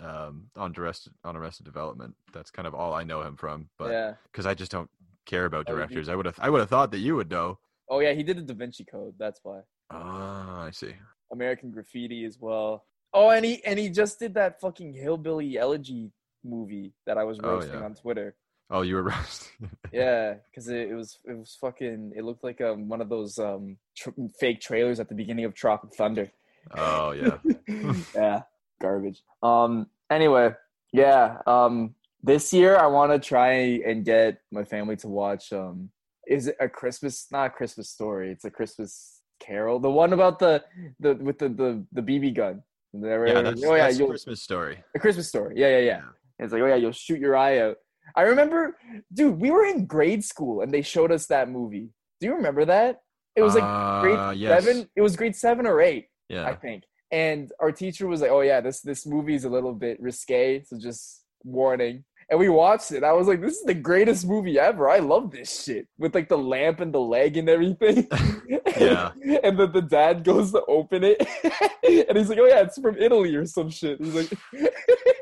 Speaker 1: um on arrested on arrested development. That's kind of all I know him from, but
Speaker 2: yeah.
Speaker 1: because I just don't care about
Speaker 2: Oh, you-
Speaker 1: directors. I would have I would have thought that you would know.
Speaker 2: Oh yeah, he did the Da Vinci Code. That's why.
Speaker 1: Ah, I see.
Speaker 2: American Graffiti as well. Oh, and he and he just did that fucking hillbilly elegy movie that I was
Speaker 1: Oh,
Speaker 2: roasting
Speaker 1: yeah.
Speaker 2: on Twitter.
Speaker 1: Oh, you were *laughs* roasting.
Speaker 2: Yeah, because it, it was it was fucking. It looked like um one of those um tr- fake trailers at the beginning of Tropic Thunder.
Speaker 1: oh yeah.
Speaker 2: *laughs* yeah, garbage. Um. Anyway, yeah. Um. This year, I want to try and get my family to watch. Um. Is it a Christmas? Not a Christmas story. It's a Christmas Carol, the one about the the with the the, the BB gun. And they're-
Speaker 1: Yeah, that's,
Speaker 2: oh yeah,
Speaker 1: that's a
Speaker 2: you'll,
Speaker 1: Christmas story.
Speaker 2: a Christmas story. Yeah, yeah, yeah.
Speaker 1: Yeah.
Speaker 2: And it's like, oh yeah, you'll shoot your eye out. I remember, dude, we were in grade school and they showed us that movie. Do you remember that? It was like grade
Speaker 1: Uh, yes.
Speaker 2: seven. It was grade seven or eight, I
Speaker 1: Yeah.
Speaker 2: think. And our teacher was like, "Oh yeah, this this movie's a little bit risque, so just warning." And we watched it. I was like, "This is the greatest movie ever. I love this shit with like the lamp and the leg and everything."
Speaker 1: *laughs*
Speaker 2: *laughs*
Speaker 1: Yeah.
Speaker 2: and then the dad goes to open it, *laughs* and he's like, "Oh yeah, it's from Italy or some shit." He's like, *laughs*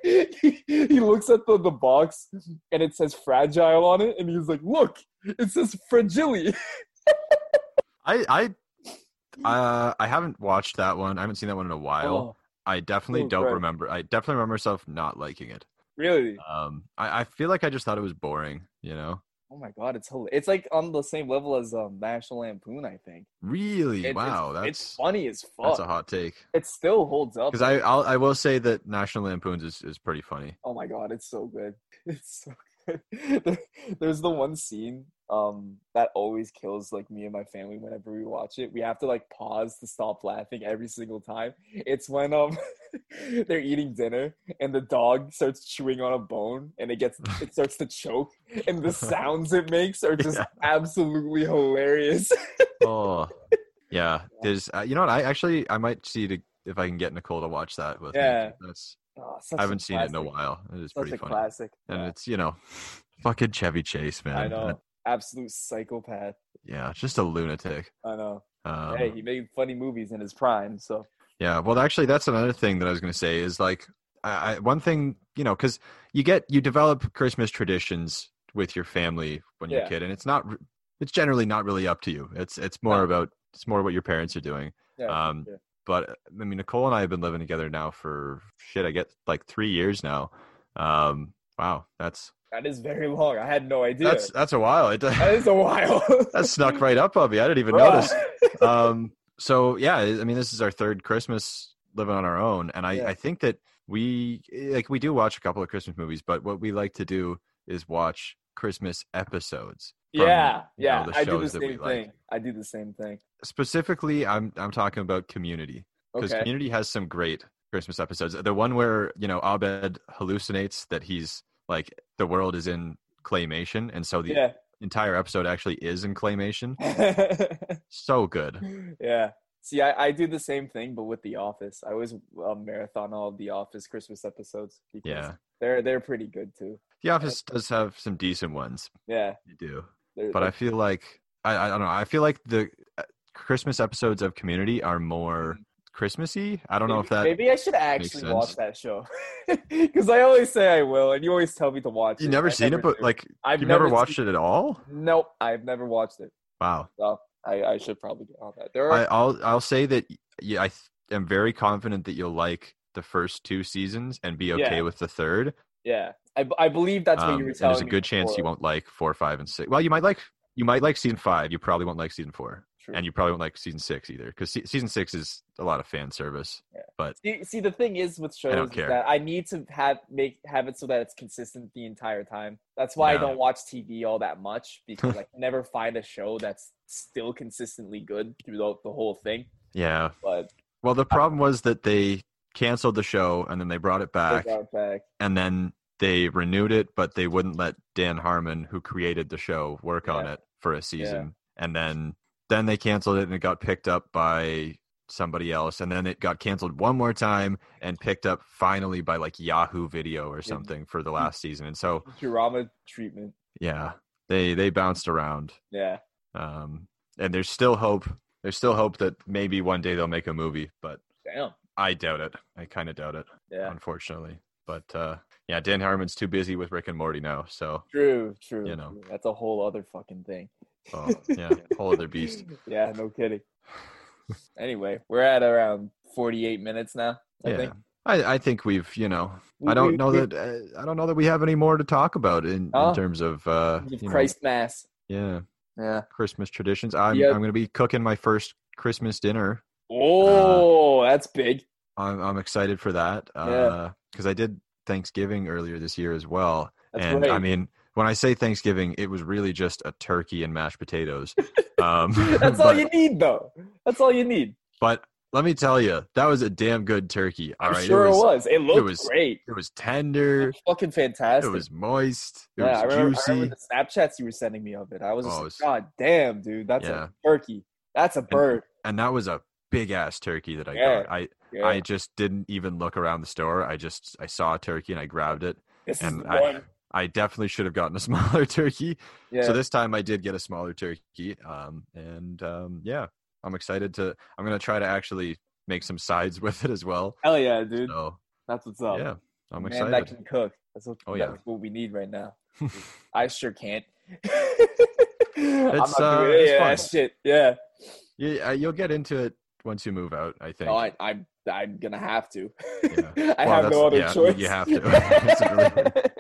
Speaker 2: he, he looks at the the box, and it says fragile on it, and he's like, "Look, it says fragile."
Speaker 1: I I uh, I haven't watched that one. I haven't seen that one in a while.
Speaker 2: Oh,
Speaker 1: I definitely
Speaker 2: oh,
Speaker 1: don't
Speaker 2: right.
Speaker 1: remember. I definitely remember myself not liking it.
Speaker 2: *laughs* really?
Speaker 1: Um, I, I feel like I just thought it was boring. You know,
Speaker 2: Oh my god, it's hilarious. It's like on the same level as um, National Lampoon, I think.
Speaker 1: really?
Speaker 2: It-
Speaker 1: wow,
Speaker 2: it's,
Speaker 1: that's
Speaker 2: it's funny as fuck.
Speaker 1: that's a hot take.
Speaker 2: It still holds up.
Speaker 1: Because I I'll, I will say that National Lampoon's is, is pretty
Speaker 2: *laughs*
Speaker 1: funny.
Speaker 2: oh my god, it's so good. *laughs* It's so good. *laughs* There- There's the one scene um that always kills like me and my family whenever we watch it. We have to like pause to stop laughing every single time. It's when um *laughs* they're eating dinner and the dog starts chewing on a bone and it gets it starts to choke and
Speaker 1: *laughs*
Speaker 2: the sounds it makes are just
Speaker 1: Yeah.
Speaker 2: absolutely hilarious.
Speaker 1: Oh, yeah. There's uh, you know what? I actually I might see to, if I can get Nicole to watch that with me,
Speaker 2: Yeah.
Speaker 1: 'cause That's
Speaker 2: Oh, such
Speaker 1: I
Speaker 2: a
Speaker 1: haven't seen it in a
Speaker 2: classic.
Speaker 1: while. It is
Speaker 2: Such
Speaker 1: pretty
Speaker 2: a
Speaker 1: funny,
Speaker 2: classic.
Speaker 1: and
Speaker 2: Yeah.
Speaker 1: it's you know, *laughs* fucking Chevy Chase, man.
Speaker 2: I know.
Speaker 1: That-
Speaker 2: Absolute psychopath.
Speaker 1: yeah, just a lunatic.
Speaker 2: I know.
Speaker 1: Um,
Speaker 2: hey, he made funny movies in his prime, so
Speaker 1: Yeah, well, actually, that's another thing that I was going to say is like, I, I one thing you know, because you get you develop Christmas traditions with your family when you're
Speaker 2: Yeah.
Speaker 1: a kid, and it's not, re- it's generally not really up to you. It's it's more
Speaker 2: No.
Speaker 1: about it's more what your parents are doing.
Speaker 2: yeah.
Speaker 1: Um,
Speaker 2: yeah.
Speaker 1: But I mean, Nicole and I have been living together now for shit, I get like three years now. Um, wow, that's
Speaker 2: That is very long. I had no idea.
Speaker 1: that's that's a while. It
Speaker 2: that
Speaker 1: that *laughs*
Speaker 2: is a while. *laughs*
Speaker 1: snuck right up on me. I didn't even
Speaker 2: Bruh.
Speaker 1: notice um so yeah i I mean this is our third christmas living on our own and i
Speaker 2: Yeah.
Speaker 1: i think that we like we do watch a couple of christmas movies but what we like to do is watch christmas episodes from,
Speaker 2: *laughs* yeah,
Speaker 1: you know,
Speaker 2: yeah. I do the
Speaker 1: shows that we
Speaker 2: same
Speaker 1: like.
Speaker 2: thing. I do the same thing.
Speaker 1: specifically i'm i'm talking about community because
Speaker 2: Okay.
Speaker 1: community has some great christmas episodes the one where you know abed hallucinates that he's like the world is in claymation and so the
Speaker 2: Yeah.
Speaker 1: entire episode actually is in claymation so good
Speaker 2: *laughs* yeah. See, I, I do the same thing, but with The Office. I always um, marathon all of The Office Christmas episodes because
Speaker 1: yeah
Speaker 2: they're they're pretty good too.
Speaker 1: the office does have some decent ones
Speaker 2: Yeah,
Speaker 1: they do
Speaker 2: they're-
Speaker 1: but I feel like I, I don't know. I feel like the uh, Christmas episodes of Community are more Christmassy. I don't know
Speaker 2: Mm-hmm.
Speaker 1: if that.
Speaker 2: maybe, maybe I should actually
Speaker 1: sense.
Speaker 2: watch that show *laughs* because I always say I will, and you always tell me to watch.
Speaker 1: you
Speaker 2: it.
Speaker 1: never
Speaker 2: I
Speaker 1: seen it, but
Speaker 2: do.
Speaker 1: like
Speaker 2: I've
Speaker 1: you've never,
Speaker 2: seen-
Speaker 1: watched it at all.
Speaker 2: Nope, I've never watched it.
Speaker 1: Wow.
Speaker 2: So I, I should probably get on that. There
Speaker 1: I,
Speaker 2: are
Speaker 1: I'll I'll say that yeah, I th- am very confident that you'll like the first two seasons and be okay
Speaker 2: Yeah.
Speaker 1: with the third.
Speaker 2: yeah, I, I believe that's what
Speaker 1: Um,
Speaker 2: you were
Speaker 1: and
Speaker 2: telling
Speaker 1: there's a
Speaker 2: me
Speaker 1: good chance you
Speaker 2: before.
Speaker 1: won't like four, five, and six. Well, you might like you might like season five. You probably won't like season four,
Speaker 2: True.
Speaker 1: and you probably won't like season six either because season six is a lot of fan service.
Speaker 2: See, see, the thing is with shows
Speaker 1: don't
Speaker 2: is
Speaker 1: care.
Speaker 2: that I need to have make have it so that it's consistent the entire time. That's why
Speaker 1: Yeah.
Speaker 2: I don't watch TV all
Speaker 1: *laughs*
Speaker 2: that much because I can never find a show that's still consistently good throughout the whole thing.
Speaker 1: Yeah.
Speaker 2: But
Speaker 1: Well, the problem was that they canceled the show and then they brought it
Speaker 2: they
Speaker 1: back
Speaker 2: brought back.
Speaker 1: and then they renewed it, but they wouldn't let Dan Harmon, who created the show, work on
Speaker 2: Yeah.
Speaker 1: it for a season. And then then they canceled it and it got picked up by somebody else and then it got canceled one more time and picked up finally by like Yahoo Video or something for the last season. And so,
Speaker 2: Futurama treatment.
Speaker 1: yeah, they they bounced around.
Speaker 2: Yeah.
Speaker 1: Um and there's still hope. There's still hope that maybe one day they'll make a movie, but
Speaker 2: Damn.
Speaker 1: I doubt it. I kind of doubt it
Speaker 2: Yeah.
Speaker 1: unfortunately. But uh, yeah, Dan Harmon's too busy with Rick and Morty now,
Speaker 2: *laughs*
Speaker 1: so
Speaker 2: True. True.
Speaker 1: You know.
Speaker 2: true. That's a whole other fucking thing.
Speaker 1: oh, yeah, whole
Speaker 2: *laughs*
Speaker 1: other beast.
Speaker 2: Yeah, no kidding. anyway, we're at around 48 minutes now. I
Speaker 1: yeah,
Speaker 2: think.
Speaker 1: I, I think we've you know I
Speaker 2: We-
Speaker 1: don't
Speaker 2: we-
Speaker 1: know
Speaker 2: we-
Speaker 1: that uh, I don't know that we have any more to talk about in,
Speaker 2: Oh.
Speaker 1: in terms of uh,
Speaker 2: we have
Speaker 1: you know, Uh,
Speaker 2: Christ Mass.
Speaker 1: yeah
Speaker 2: Yeah.
Speaker 1: Christmas traditions. I'm
Speaker 2: Yeah.
Speaker 1: I'm gonna be cooking my first Christmas dinner.
Speaker 2: Oh, that's big.
Speaker 1: I'm I'm excited for that uh,
Speaker 2: Yeah.
Speaker 1: because I did Thanksgiving earlier this year as well,
Speaker 2: That's
Speaker 1: and
Speaker 2: right.
Speaker 1: I mean when I say Thanksgiving, it was really just a turkey and mashed
Speaker 2: *laughs*
Speaker 1: potatoes. Um,
Speaker 2: That's
Speaker 1: *laughs*
Speaker 2: all
Speaker 1: but-
Speaker 2: you need, though. That's all you need.
Speaker 1: But let me tell you, that was a damn good turkey. All
Speaker 2: I'm
Speaker 1: right,
Speaker 2: sure
Speaker 1: it, was,
Speaker 2: It looked
Speaker 1: was
Speaker 2: great.
Speaker 1: it was tender.
Speaker 2: Fucking
Speaker 1: It
Speaker 2: fantastic.
Speaker 1: was moist. It
Speaker 2: yeah, I
Speaker 1: was
Speaker 2: remember,
Speaker 1: juicy.
Speaker 2: I remember the Snapchats you were sending me of it. I was just
Speaker 1: Oh,
Speaker 2: like,
Speaker 1: it's-
Speaker 2: God damn, dude, that's
Speaker 1: Yeah.
Speaker 2: a turkey. That's a bird.
Speaker 1: and that was a big ass turkey that I
Speaker 2: Yeah,
Speaker 1: got. I
Speaker 2: Yeah.
Speaker 1: I just didn't even look around the store. I just I saw a turkey and I grabbed it.
Speaker 2: this is
Speaker 1: and
Speaker 2: the
Speaker 1: I-
Speaker 2: one.
Speaker 1: I definitely should have gotten a *laughs* smaller turkey.
Speaker 2: Yeah.
Speaker 1: So this time I did get a smaller turkey. Um and um yeah, I'm excited to I'm going to try to actually make some sides *laughs* with it as well.
Speaker 2: Hell yeah, dude.
Speaker 1: So
Speaker 2: That's what's up.
Speaker 1: yeah, I'm
Speaker 2: Man
Speaker 1: excited.
Speaker 2: that can cook. That's what,
Speaker 1: Oh,
Speaker 2: that's
Speaker 1: yeah.
Speaker 2: what we need
Speaker 1: *laughs*
Speaker 2: right now. I sure can't. *laughs* it's,
Speaker 1: uh, it's
Speaker 2: yeah,
Speaker 1: fun.
Speaker 2: shit. Yeah.
Speaker 1: Yeah, I- you'll get into it once you move out, I think.
Speaker 2: No, Oh, I, I'm I'm gonna have to.
Speaker 1: Yeah.
Speaker 2: *laughs* I
Speaker 1: Well,
Speaker 2: have no
Speaker 1: that's-
Speaker 2: other
Speaker 1: yeah,
Speaker 2: choice.
Speaker 1: you have to. *laughs*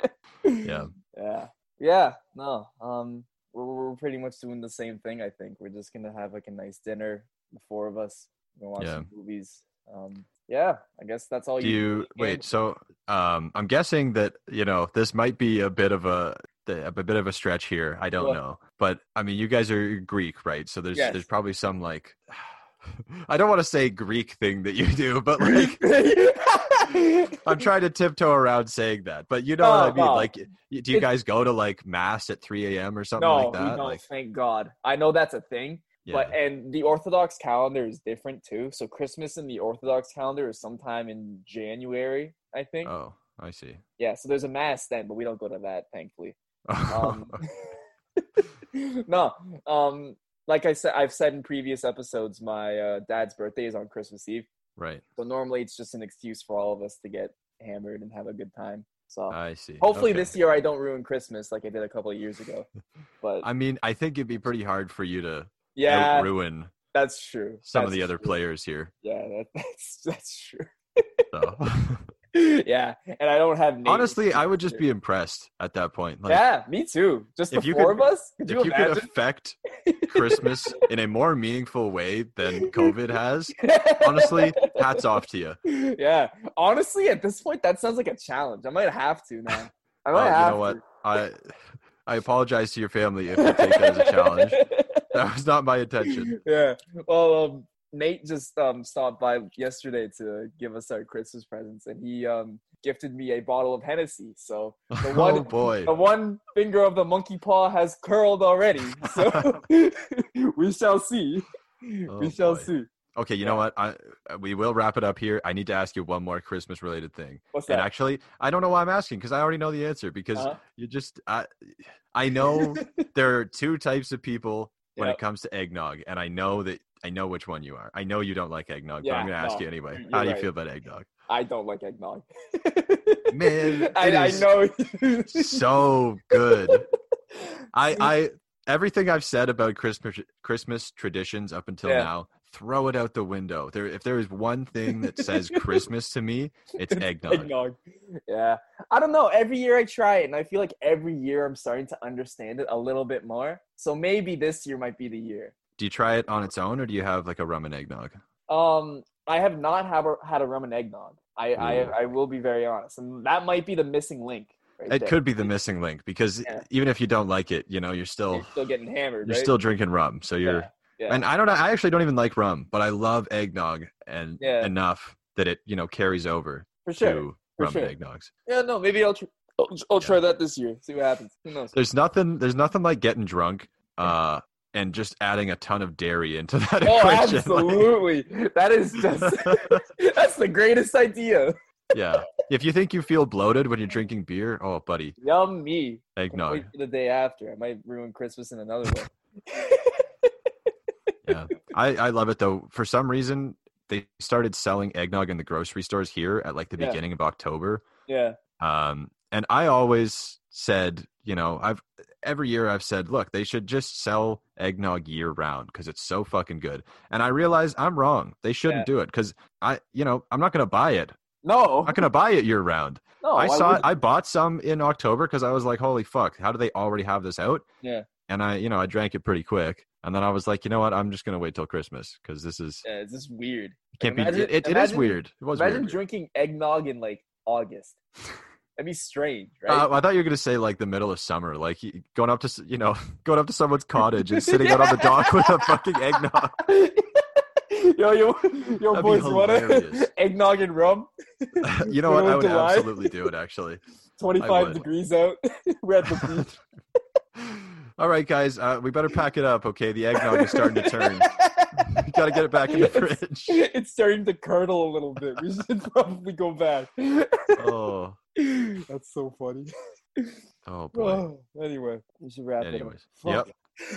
Speaker 1: It's
Speaker 2: *laughs*
Speaker 1: yeah.
Speaker 2: Yeah. Yeah. No. Um. We're we're pretty much doing the same thing. I think we're just gonna have like a nice dinner, the four of us. We're gonna watch
Speaker 1: Yeah.
Speaker 2: some movies. Um. Yeah. I guess that's all
Speaker 1: Do
Speaker 2: you.
Speaker 1: you
Speaker 2: Yeah.
Speaker 1: wait? So, um, I'm guessing that you know this might be a bit of a the- a bit of a stretch here. I don't
Speaker 2: What?
Speaker 1: know, but I mean, you guys are Greek, right? So there's
Speaker 2: Yes.
Speaker 1: there's probably some like *sighs* I don't want to say Greek thing that you *laughs* do,
Speaker 2: *laughs*
Speaker 1: but like I'm trying to tiptoe around saying that. But you know what I
Speaker 2: No,
Speaker 1: mean?
Speaker 2: no.
Speaker 1: Like, y- do you
Speaker 2: It's-
Speaker 1: guys go to like mass at 3 a.m. or something
Speaker 2: no,
Speaker 1: like
Speaker 2: we
Speaker 1: that?
Speaker 2: don't.
Speaker 1: Like,
Speaker 2: thank God. I know that's a thing.
Speaker 1: yeah,
Speaker 2: But and the Orthodox calendar is different too. So Christmas in the Orthodox calendar is sometime in January, I think.
Speaker 1: oh, I see. *laughs*
Speaker 2: Yeah, so there's a mass then, but we don't go to that, thankfully. Um, *laughs* no, um, like I said, I've said in previous episodes, my uh, dad's birthday is on Christmas Eve,
Speaker 1: right,
Speaker 2: so normally it's just an excuse for all of us to get hammered and have a good time. So
Speaker 1: I see.
Speaker 2: uh, hopefully
Speaker 1: Okay.
Speaker 2: this year I don't ruin Christmas like I did a couple of
Speaker 1: *laughs*
Speaker 2: years ago. But
Speaker 1: I mean, I think it'd be pretty hard for you to
Speaker 2: yeah,
Speaker 1: ruin
Speaker 2: that's true.
Speaker 1: some of
Speaker 2: That's
Speaker 1: the other
Speaker 2: true.
Speaker 1: players here.
Speaker 2: Yeah, that, *laughs* that's that's true. *laughs*
Speaker 1: So
Speaker 2: yeah, and I don't have. neighbors
Speaker 1: honestly,
Speaker 2: to
Speaker 1: I would just
Speaker 2: consider.
Speaker 1: be impressed at that point. Like,
Speaker 2: yeah, me too. Just the
Speaker 1: if you
Speaker 2: four
Speaker 1: could-
Speaker 2: of us. Could
Speaker 1: if
Speaker 2: you
Speaker 1: you could uh,
Speaker 2: imagine? *laughs*
Speaker 1: affect Christmas in a more meaningful way
Speaker 2: *laughs*
Speaker 1: than COVID has, honestly, hats off to you.
Speaker 2: yeah. Honestly, at this point, that sounds like a challenge. I might have to now. I might
Speaker 1: Oh, you know
Speaker 2: have.
Speaker 1: what?
Speaker 2: to.
Speaker 1: I I apologize to your family if you take that as a
Speaker 2: *laughs*
Speaker 1: challenge. That was not my intention.
Speaker 2: yeah. Well, um, Nate just um, stopped by yesterday to give us our Christmas presents, and he um, gifted me a bottle of Hennessy.
Speaker 1: *laughs*
Speaker 2: So the one,
Speaker 1: oh boy.
Speaker 2: the one finger of the monkey paw has curled
Speaker 1: *laughs*
Speaker 2: already. So *laughs* we shall see.
Speaker 1: Oh,
Speaker 2: we shall
Speaker 1: boy.
Speaker 2: see.
Speaker 1: Okay, you know what? I we will wrap it up here. I need to ask you one more Christmas related thing.
Speaker 2: What's
Speaker 1: And
Speaker 2: that?
Speaker 1: actually, I don't know why I'm asking because I already know the answer because
Speaker 2: Uh-huh.
Speaker 1: you just I I
Speaker 2: *laughs*
Speaker 1: know there are two types of people when
Speaker 2: Yep.
Speaker 1: it comes to eggnog, and I know that I know which one you are. I know you don't like eggnog, but I'm
Speaker 2: Yeah,
Speaker 1: going to ask
Speaker 2: no,
Speaker 1: you anyway.
Speaker 2: you're-
Speaker 1: How do
Speaker 2: you're
Speaker 1: you feel about
Speaker 2: *laughs*
Speaker 1: eggnog?
Speaker 2: I don't like eggnog. *laughs*
Speaker 1: Man,
Speaker 2: I,
Speaker 1: it
Speaker 2: I
Speaker 1: is
Speaker 2: know. *laughs*
Speaker 1: So good. *laughs*
Speaker 2: *laughs*
Speaker 1: I I everything I've said about Christmas Christmas traditions up until
Speaker 2: Yeah.
Speaker 1: now, throw it out the window. There, if there is one thing that
Speaker 2: *laughs*
Speaker 1: says Christmas to me, it's eggnog.
Speaker 2: eggnog. Yeah. I don't know. Every year I try it, and I feel like every year I'm starting to understand it a little bit more. So maybe this year might be the year.
Speaker 1: Do you try it on its own, or do you have like a rum and eggnog?
Speaker 2: Um, I have not have a, had a rum and eggnog. I,
Speaker 1: Ooh.
Speaker 2: I I will be very honest, and that might be the missing link. Right
Speaker 1: It
Speaker 2: there.
Speaker 1: could be the missing link because
Speaker 2: Yeah.
Speaker 1: even if you don't like it, you know you're still
Speaker 2: You're still getting hammered.
Speaker 1: you're
Speaker 2: right?
Speaker 1: still drinking rum, so you're.
Speaker 2: Yeah.
Speaker 1: And I don't know. I actually don't even like rum, but I love eggnog and
Speaker 2: Yeah.
Speaker 1: enough that it you know carries over
Speaker 2: for sure.
Speaker 1: to
Speaker 2: for
Speaker 1: rum
Speaker 2: sure.
Speaker 1: and eggnogs.
Speaker 2: Yeah. No. Maybe I'll. Tr- I'll, I'll try that this year. See what happens. Who knows?
Speaker 1: There's nothing. There's nothing like getting drunk, uh, and just adding a ton of dairy into *laughs* that
Speaker 2: Oh,
Speaker 1: equation. like-
Speaker 2: absolutely. That is just *laughs* that's the greatest idea.
Speaker 1: *laughs* yeah. If you think you feel bloated when you're drinking beer, oh, buddy,
Speaker 2: Yummy. Can't
Speaker 1: eggnog.
Speaker 2: Wait for the day after. I might ruin Christmas in another way.
Speaker 1: Yeah, I, I love it though. For some reason, they started selling eggnog in the grocery stores here at like the
Speaker 2: Yeah.
Speaker 1: beginning of October.
Speaker 2: yeah.
Speaker 1: Um, and I always said, you know, I've every year I've said, look, they should just sell eggnog year round because it's so fucking good. And I realize I'm wrong. They shouldn't do it because I, you know, I'm not gonna buy it.
Speaker 2: No.
Speaker 1: I'm not
Speaker 2: *laughs*
Speaker 1: gonna buy it year round.
Speaker 2: No.
Speaker 1: I
Speaker 2: why
Speaker 1: saw it.
Speaker 2: would
Speaker 1: I bought some in October because I was like, holy fuck, how do they already have this out?
Speaker 2: Yeah.
Speaker 1: And I, you know, I drank it pretty quick. And then I was like, you know what? I'm just gonna wait till Christmas because this is
Speaker 2: you? Yeah, it's just weird.
Speaker 1: can't
Speaker 2: Imagine-
Speaker 1: be. It, it is
Speaker 2: imagine-
Speaker 1: weird. It was
Speaker 2: Imagine
Speaker 1: weird.
Speaker 2: drinking eggnog in like August. That'd be strange, right?
Speaker 1: Uh, I thought you were gonna say like the middle of summer, like you- going up to s- you know *laughs* going up to someone's cottage and sitting out on the dock with a fucking
Speaker 2: *laughs*
Speaker 1: eggnog.
Speaker 2: yo, yo, yo,
Speaker 1: That'd be
Speaker 2: boys, want
Speaker 1: hilarious.
Speaker 2: to *laughs* eggnog and rum?
Speaker 1: you know what? I
Speaker 2: Middle of
Speaker 1: would
Speaker 2: July.
Speaker 1: absolutely do it. Actually. would.
Speaker 2: 25 degrees out. *laughs* We're *laughs* at the beach.
Speaker 1: All right, guys, uh, we better pack it up. Okay, the *laughs* eggnog is starting to turn. we gotta get it back in the
Speaker 2: It's-
Speaker 1: fridge.
Speaker 2: *laughs* It's starting to curdle a little bit. We should *laughs* probably go back. *laughs*
Speaker 1: Oh,
Speaker 2: That's so funny.
Speaker 1: oh boy.
Speaker 2: Oh, *sighs* anyway, we should wrap
Speaker 1: Anyways,
Speaker 2: it up.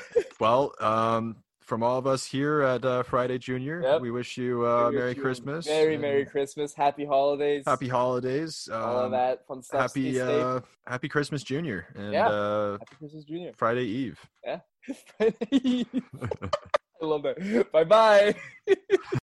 Speaker 1: yep. Well, um, from all of us here at uh, Friday Junior,
Speaker 2: Yep.
Speaker 1: we wish you uh,
Speaker 2: We wish
Speaker 1: Merry
Speaker 2: you a
Speaker 1: Christmas,
Speaker 2: Merry,
Speaker 1: and
Speaker 2: Merry Christmas. Happy holidays.
Speaker 1: Happy Holidays, um,
Speaker 2: all of that fun stuff. Stay
Speaker 1: Happy,
Speaker 2: safe.
Speaker 1: uh, Happy Christmas, Junior, and
Speaker 2: Yeah.
Speaker 1: uh,
Speaker 2: happy Christmas, Junior. *laughs*
Speaker 1: Friday Eve.
Speaker 2: I love that. Bye bye.